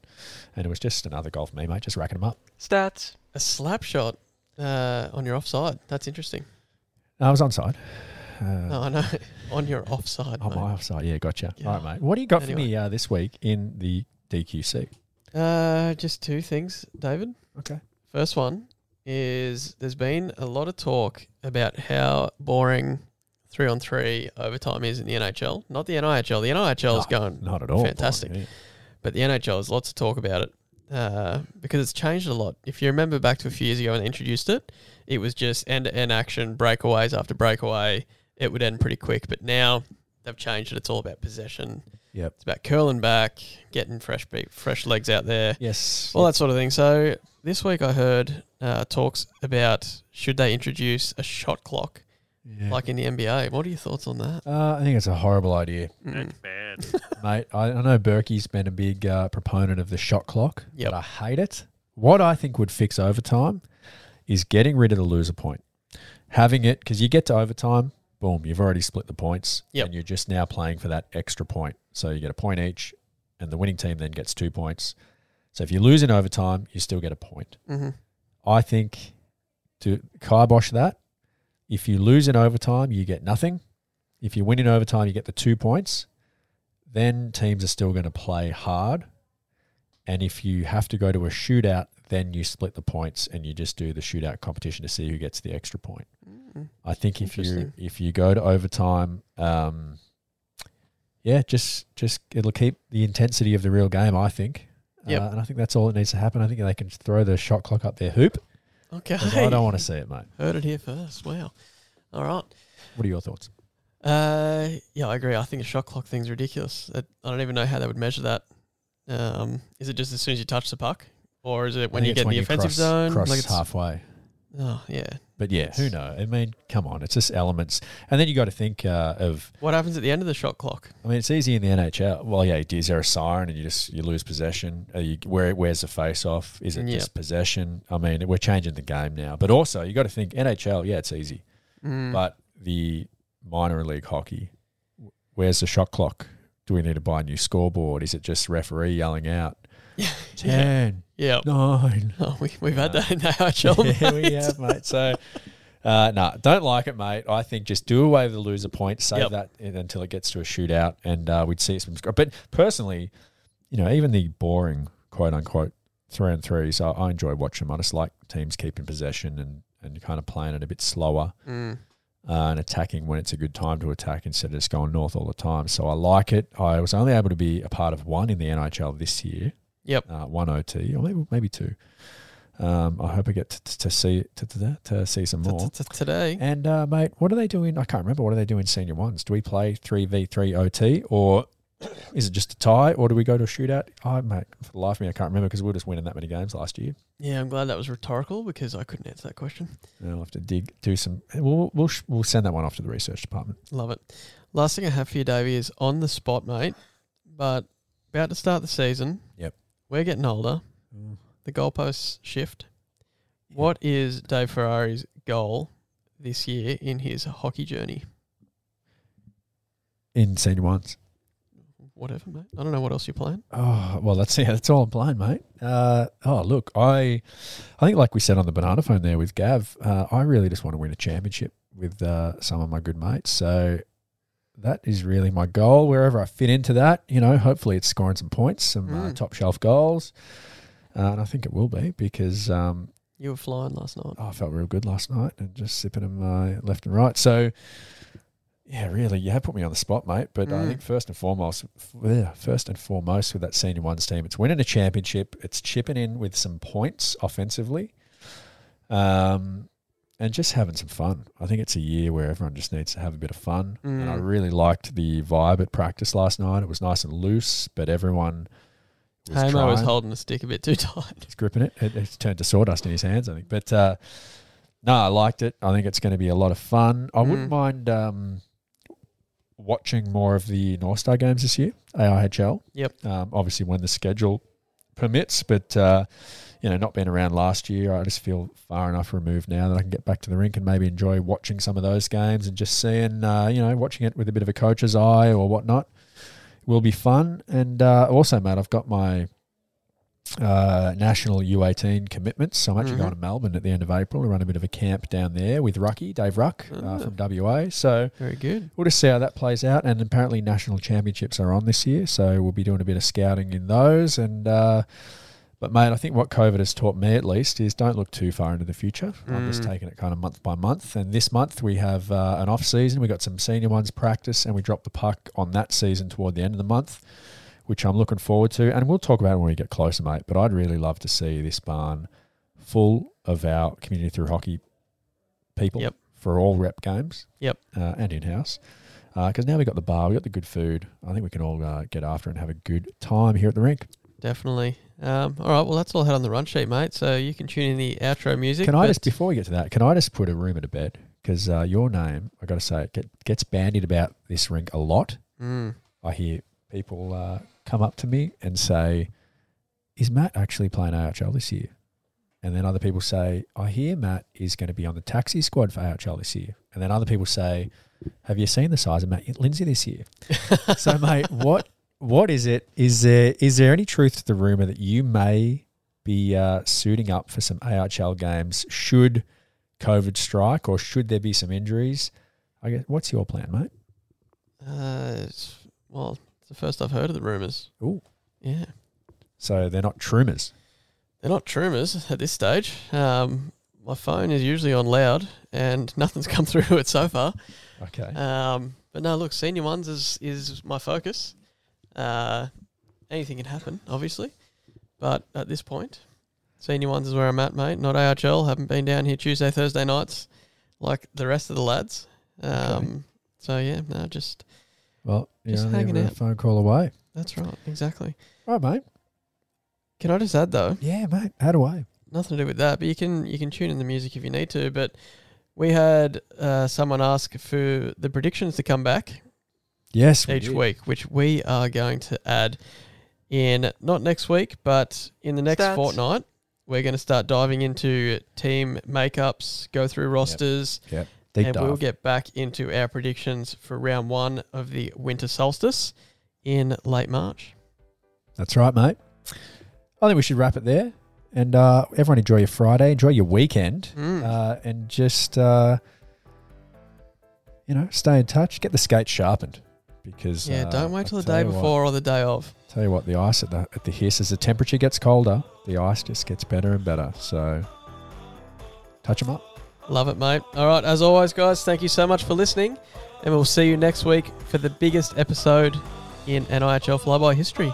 Speaker 2: and it was just another golf me, mate, just racking them up.
Speaker 5: Stats.
Speaker 1: A slap shot uh, on your offside. That's interesting.
Speaker 2: No, I was onside.
Speaker 1: Oh,
Speaker 2: Uh,
Speaker 1: No, I know. on your offside.
Speaker 2: oh,
Speaker 1: mate.
Speaker 2: my offside. Yeah, gotcha.
Speaker 1: Yeah.
Speaker 2: All right, mate. What do you got for
Speaker 1: Anyway.
Speaker 2: me uh, this week in the DQC?
Speaker 1: Uh, just two things, David.
Speaker 2: Okay.
Speaker 1: First one is there's been a lot of talk about how boring three on three overtime is in the NHL. Not the NIHL. The NIHL is
Speaker 2: No,
Speaker 1: going
Speaker 2: Not at all.
Speaker 1: Fantastic.
Speaker 2: Boring,
Speaker 1: but the NHL has lots of talk about it uh, because it's changed a lot. If you remember back to a few years ago when they introduced it, it was just end to end action, breakaways after breakaway. It would end pretty quick, but now they've changed it. It's all about possession.
Speaker 2: Yep.
Speaker 1: It's about curling back, getting fresh beat, fresh legs out there,
Speaker 2: Yes.
Speaker 1: all that sort of thing. So this week I heard uh, talks about should they introduce a shot clock
Speaker 2: Yeah.
Speaker 1: like in the NBA. What are your thoughts on that?
Speaker 2: uh, I think it's a horrible idea,
Speaker 1: Mm.
Speaker 5: That's bad.
Speaker 2: mate. I, I know Berkey's been a big uh, proponent of the shot clock,
Speaker 1: Yep.
Speaker 2: but I hate it. What I think would fix overtime is getting rid of the loser point, having it because you get to overtime, boom, you've already split the points,
Speaker 1: Yep.
Speaker 2: and you're just now playing for that extra point. So you get a point each, and the winning team then gets two points. So if you lose in overtime, you still get a point.
Speaker 1: Mhm.
Speaker 2: I think to kibosh that, if you lose in overtime, you get nothing. If you win in overtime, you get the two points. Then teams are still going to play hard. And if you have to go to a shootout, then you split the points and you just do the shootout competition to see who gets the extra point.
Speaker 1: Mhm.
Speaker 2: I think if you
Speaker 1: Interesting.
Speaker 2: if you go to overtime, um, yeah, just just it'll keep the intensity of the real game. I think.
Speaker 1: Yep.
Speaker 2: Uh, and I think that's all that needs to happen. I think they can throw the shot clock up their hoop. 'cause
Speaker 1: Okay.
Speaker 2: I don't want to see it, mate.
Speaker 1: Heard it here first. Wow. All right.
Speaker 2: What are your thoughts?
Speaker 1: Uh, yeah, I agree. I think the shot clock thing's ridiculous. That- I don't even know how they would measure that. Um, is it just as soon as you touch the puck, or is it when
Speaker 2: I think
Speaker 1: you
Speaker 2: it's
Speaker 1: get in the offensive
Speaker 2: cross,
Speaker 1: zone?
Speaker 2: cross
Speaker 1: like it's,
Speaker 2: halfway.
Speaker 1: Oh yeah.
Speaker 2: But yeah, who knows? I mean, come on, it's just elements. And then you got to think uh, of.
Speaker 1: What happens at the end of the shot clock?
Speaker 2: I mean, it's easy in the NHL. Well, yeah, is there a siren and you just you lose possession? Are you, where where's the face off? Is it
Speaker 1: Yeah.
Speaker 2: just possession? I mean, we're changing the game now. But also, you got to think NHL. Yeah, it's easy.
Speaker 1: Mm.
Speaker 2: But the minor league hockey, w- where's the shot clock? Do we need to buy a new scoreboard? Is it just referee yelling out
Speaker 1: yeah.
Speaker 2: ten,
Speaker 1: Yeah.
Speaker 2: nine?
Speaker 1: Oh, we, we've had
Speaker 2: No.
Speaker 1: that in the NHL.
Speaker 2: Uh, yeah,
Speaker 1: mate.
Speaker 2: we have, mate. So, uh, no, don't like it, mate. I think just do away with the loser point, save
Speaker 1: Yep.
Speaker 2: that in- until it gets to a shootout, and uh, we'd see some. sc- But personally, you know, even the boring quote unquote three and threes, I, I enjoy watching them. I just like teams keeping possession and, and kind of playing it a bit slower
Speaker 1: Mm.
Speaker 2: uh, and attacking when it's a good time to attack instead of just going north all the time. So I like it. I was only able to be a part of one in the NHL this year.
Speaker 1: Yep.
Speaker 2: Uh, one OT or maybe maybe two. Um, I hope I get to, to, to see to, to, to see some
Speaker 1: T-
Speaker 2: more.
Speaker 1: t- t- Today.
Speaker 2: And uh, mate, what are they doing? I can't remember. What are they doing senior ones? Do we play three v three OT or is it just a tie or do we go to a shootout? I mate, for the life of me, I can't remember because we were just winning that many games last year.
Speaker 1: Yeah, I'm glad that was rhetorical because I couldn't answer that question.
Speaker 2: And I'll have to dig do some. We'll we'll, sh- we'll send that one off to the research department.
Speaker 1: Love it. Last thing I have for you, Davey, is on the spot, mate. But about to start the season.
Speaker 2: Yep.
Speaker 1: We're getting older.
Speaker 2: Mm.
Speaker 1: The goalposts shift. What is Dave Ferrari's goal this year in his hockey journey?
Speaker 2: In senior ones.
Speaker 1: Whatever, mate. I don't know what else you're playing.
Speaker 2: Oh well, that's yeah, that's all I'm playing, mate. Uh, oh look, I, I think like we said on the banana phone there with Gav, uh, I really just want to win a championship with uh, some of my good mates. So that is really my goal. Wherever I fit into that, you know, hopefully it's scoring some points, some uh,
Speaker 1: Mm.
Speaker 2: top shelf goals, uh, and I think it will be because um,
Speaker 1: You were flying last night.
Speaker 2: oh, I felt real good last night and just sipping them uh, left and right. So, yeah, really, you have put me on the spot, mate. But I
Speaker 1: Mm.
Speaker 2: think first and foremost, f- yeah, first and foremost with that senior ones team, it's winning a championship. It's chipping in with some points offensively, um, and just having some fun. I think it's a year where everyone just needs to have a bit of fun. And I
Speaker 1: Mm.
Speaker 2: really liked the vibe at practice last night. It was nice and loose, but everyone. was
Speaker 1: Homo was
Speaker 2: trying
Speaker 1: holding the stick a bit too tight.
Speaker 2: he's gripping it. it. It's turned to sawdust in his hands, I think. But uh, no, I liked it. I think it's going to be a lot of fun. I wouldn't
Speaker 1: Mm.
Speaker 2: mind um, watching more of the North Star games this year, AIHL.
Speaker 1: Yep.
Speaker 2: Um, obviously, when the schedule permits, but uh, you know, not being around last year, I just feel far enough removed now that I can get back to the rink and maybe enjoy watching some of those games and just seeing, uh, you know, watching it with a bit of a coach's eye or whatnot will be fun. And uh, also, mate, I've got my uh, national U18 commitments. So I'm actually
Speaker 1: Mhm.
Speaker 2: going to Melbourne at the end of April to run a bit of a camp down there with Rucky, Dave Ruck uh,
Speaker 1: Ah.
Speaker 2: from WA. So
Speaker 1: Very good.
Speaker 2: we'll just see how that plays out. And apparently, national championships are on this year, so we'll be doing a bit of scouting in those. And uh, but mate, I think what COVID has taught me at least is don't look too far into the future. I'm just
Speaker 1: Mm.
Speaker 2: taking it kind of month by month. And this month we have uh, an off season. We got some senior ones practice, and we drop the puck on that season toward the end of the month. Which I'm looking forward to, and we'll talk about it when we get closer, mate. But I'd really love to see this barn full of our community through hockey people
Speaker 1: Yep.
Speaker 2: for all rep games.
Speaker 1: Yep.
Speaker 2: Uh, and in house. Because now we've got the bar, we've got the good food. I think we can all uh, get after and have a good time here at the rink.
Speaker 1: Definitely. Um, all right. Well, that's all I had on the run sheet, mate. So you can tune in the outro music.
Speaker 2: Can I
Speaker 1: but-
Speaker 2: just, before we get to that, can I just put a rumour to bed? Because uh, your name, i got to say, it get, gets bandied about this rink a lot.
Speaker 1: Mm.
Speaker 2: I hear people uh, come up to me and say, Is Matt actually playing AHL this year? And then other people say, I hear Matt is going to be on the taxi squad for AHL this year. And then other people say, Have you seen the size of Matt Lindsay this year? so, mate, what what is it? Is there is there any truth to the rumor that you may be uh, suiting up for some AHL games should COVID strike or should there be some injuries? I guess what's your plan, mate?
Speaker 1: Uh, it's, well, it's the first I've heard of the rumors.
Speaker 2: Ooh.
Speaker 1: Yeah.
Speaker 2: So they're not trumors.
Speaker 1: They're not rumors at this stage. Um, my phone is usually on loud, and nothing's come through to it so far.
Speaker 2: Okay.
Speaker 1: Um, but no, look, senior ones is is my focus. Uh, anything can happen, obviously, but at this point, senior ones is where I'm at, mate. Not AHL. Haven't been down here Tuesday, Thursday nights like the rest of the lads. Um, So yeah, no, just
Speaker 2: Well,
Speaker 1: Just
Speaker 2: just you know,
Speaker 1: hanging
Speaker 2: hanging
Speaker 1: out.
Speaker 2: A phone call away.
Speaker 1: that's right, exactly.
Speaker 2: Right, mate.
Speaker 1: Can I just add though?
Speaker 2: Yeah, mate. Had away.
Speaker 1: nothing to do with that. But you can you can tune in the music if you need to. But we had uh, someone ask for the predictions to come back
Speaker 2: Yes. we
Speaker 1: each
Speaker 2: did.
Speaker 1: week, which we are going to add in not next week, but in the next
Speaker 5: Stats.
Speaker 1: fortnight. We're going to start diving into team makeups, go through rosters,
Speaker 2: Deep
Speaker 1: and
Speaker 2: dive.
Speaker 1: we'll get back into our predictions for round one of the winter solstice in late March.
Speaker 2: That's right, mate. I think we should wrap it there. And uh, everyone enjoy your Friday. Enjoy your weekend.
Speaker 1: Mm.
Speaker 2: Uh, and just, uh, you know, stay in touch. Get the skate sharpened. Because
Speaker 1: yeah,
Speaker 2: uh,
Speaker 1: don't wait till
Speaker 2: I'll
Speaker 1: the day
Speaker 2: tell you what-
Speaker 1: before or the day of.
Speaker 2: Tell you what, the ice at the at the hiss as the temperature gets colder, the ice just gets better and better. So touch them up.
Speaker 1: Love it, mate. All right, as always, guys, thank you so much for listening, and we'll see you next week for the biggest episode in NIHL flyby history.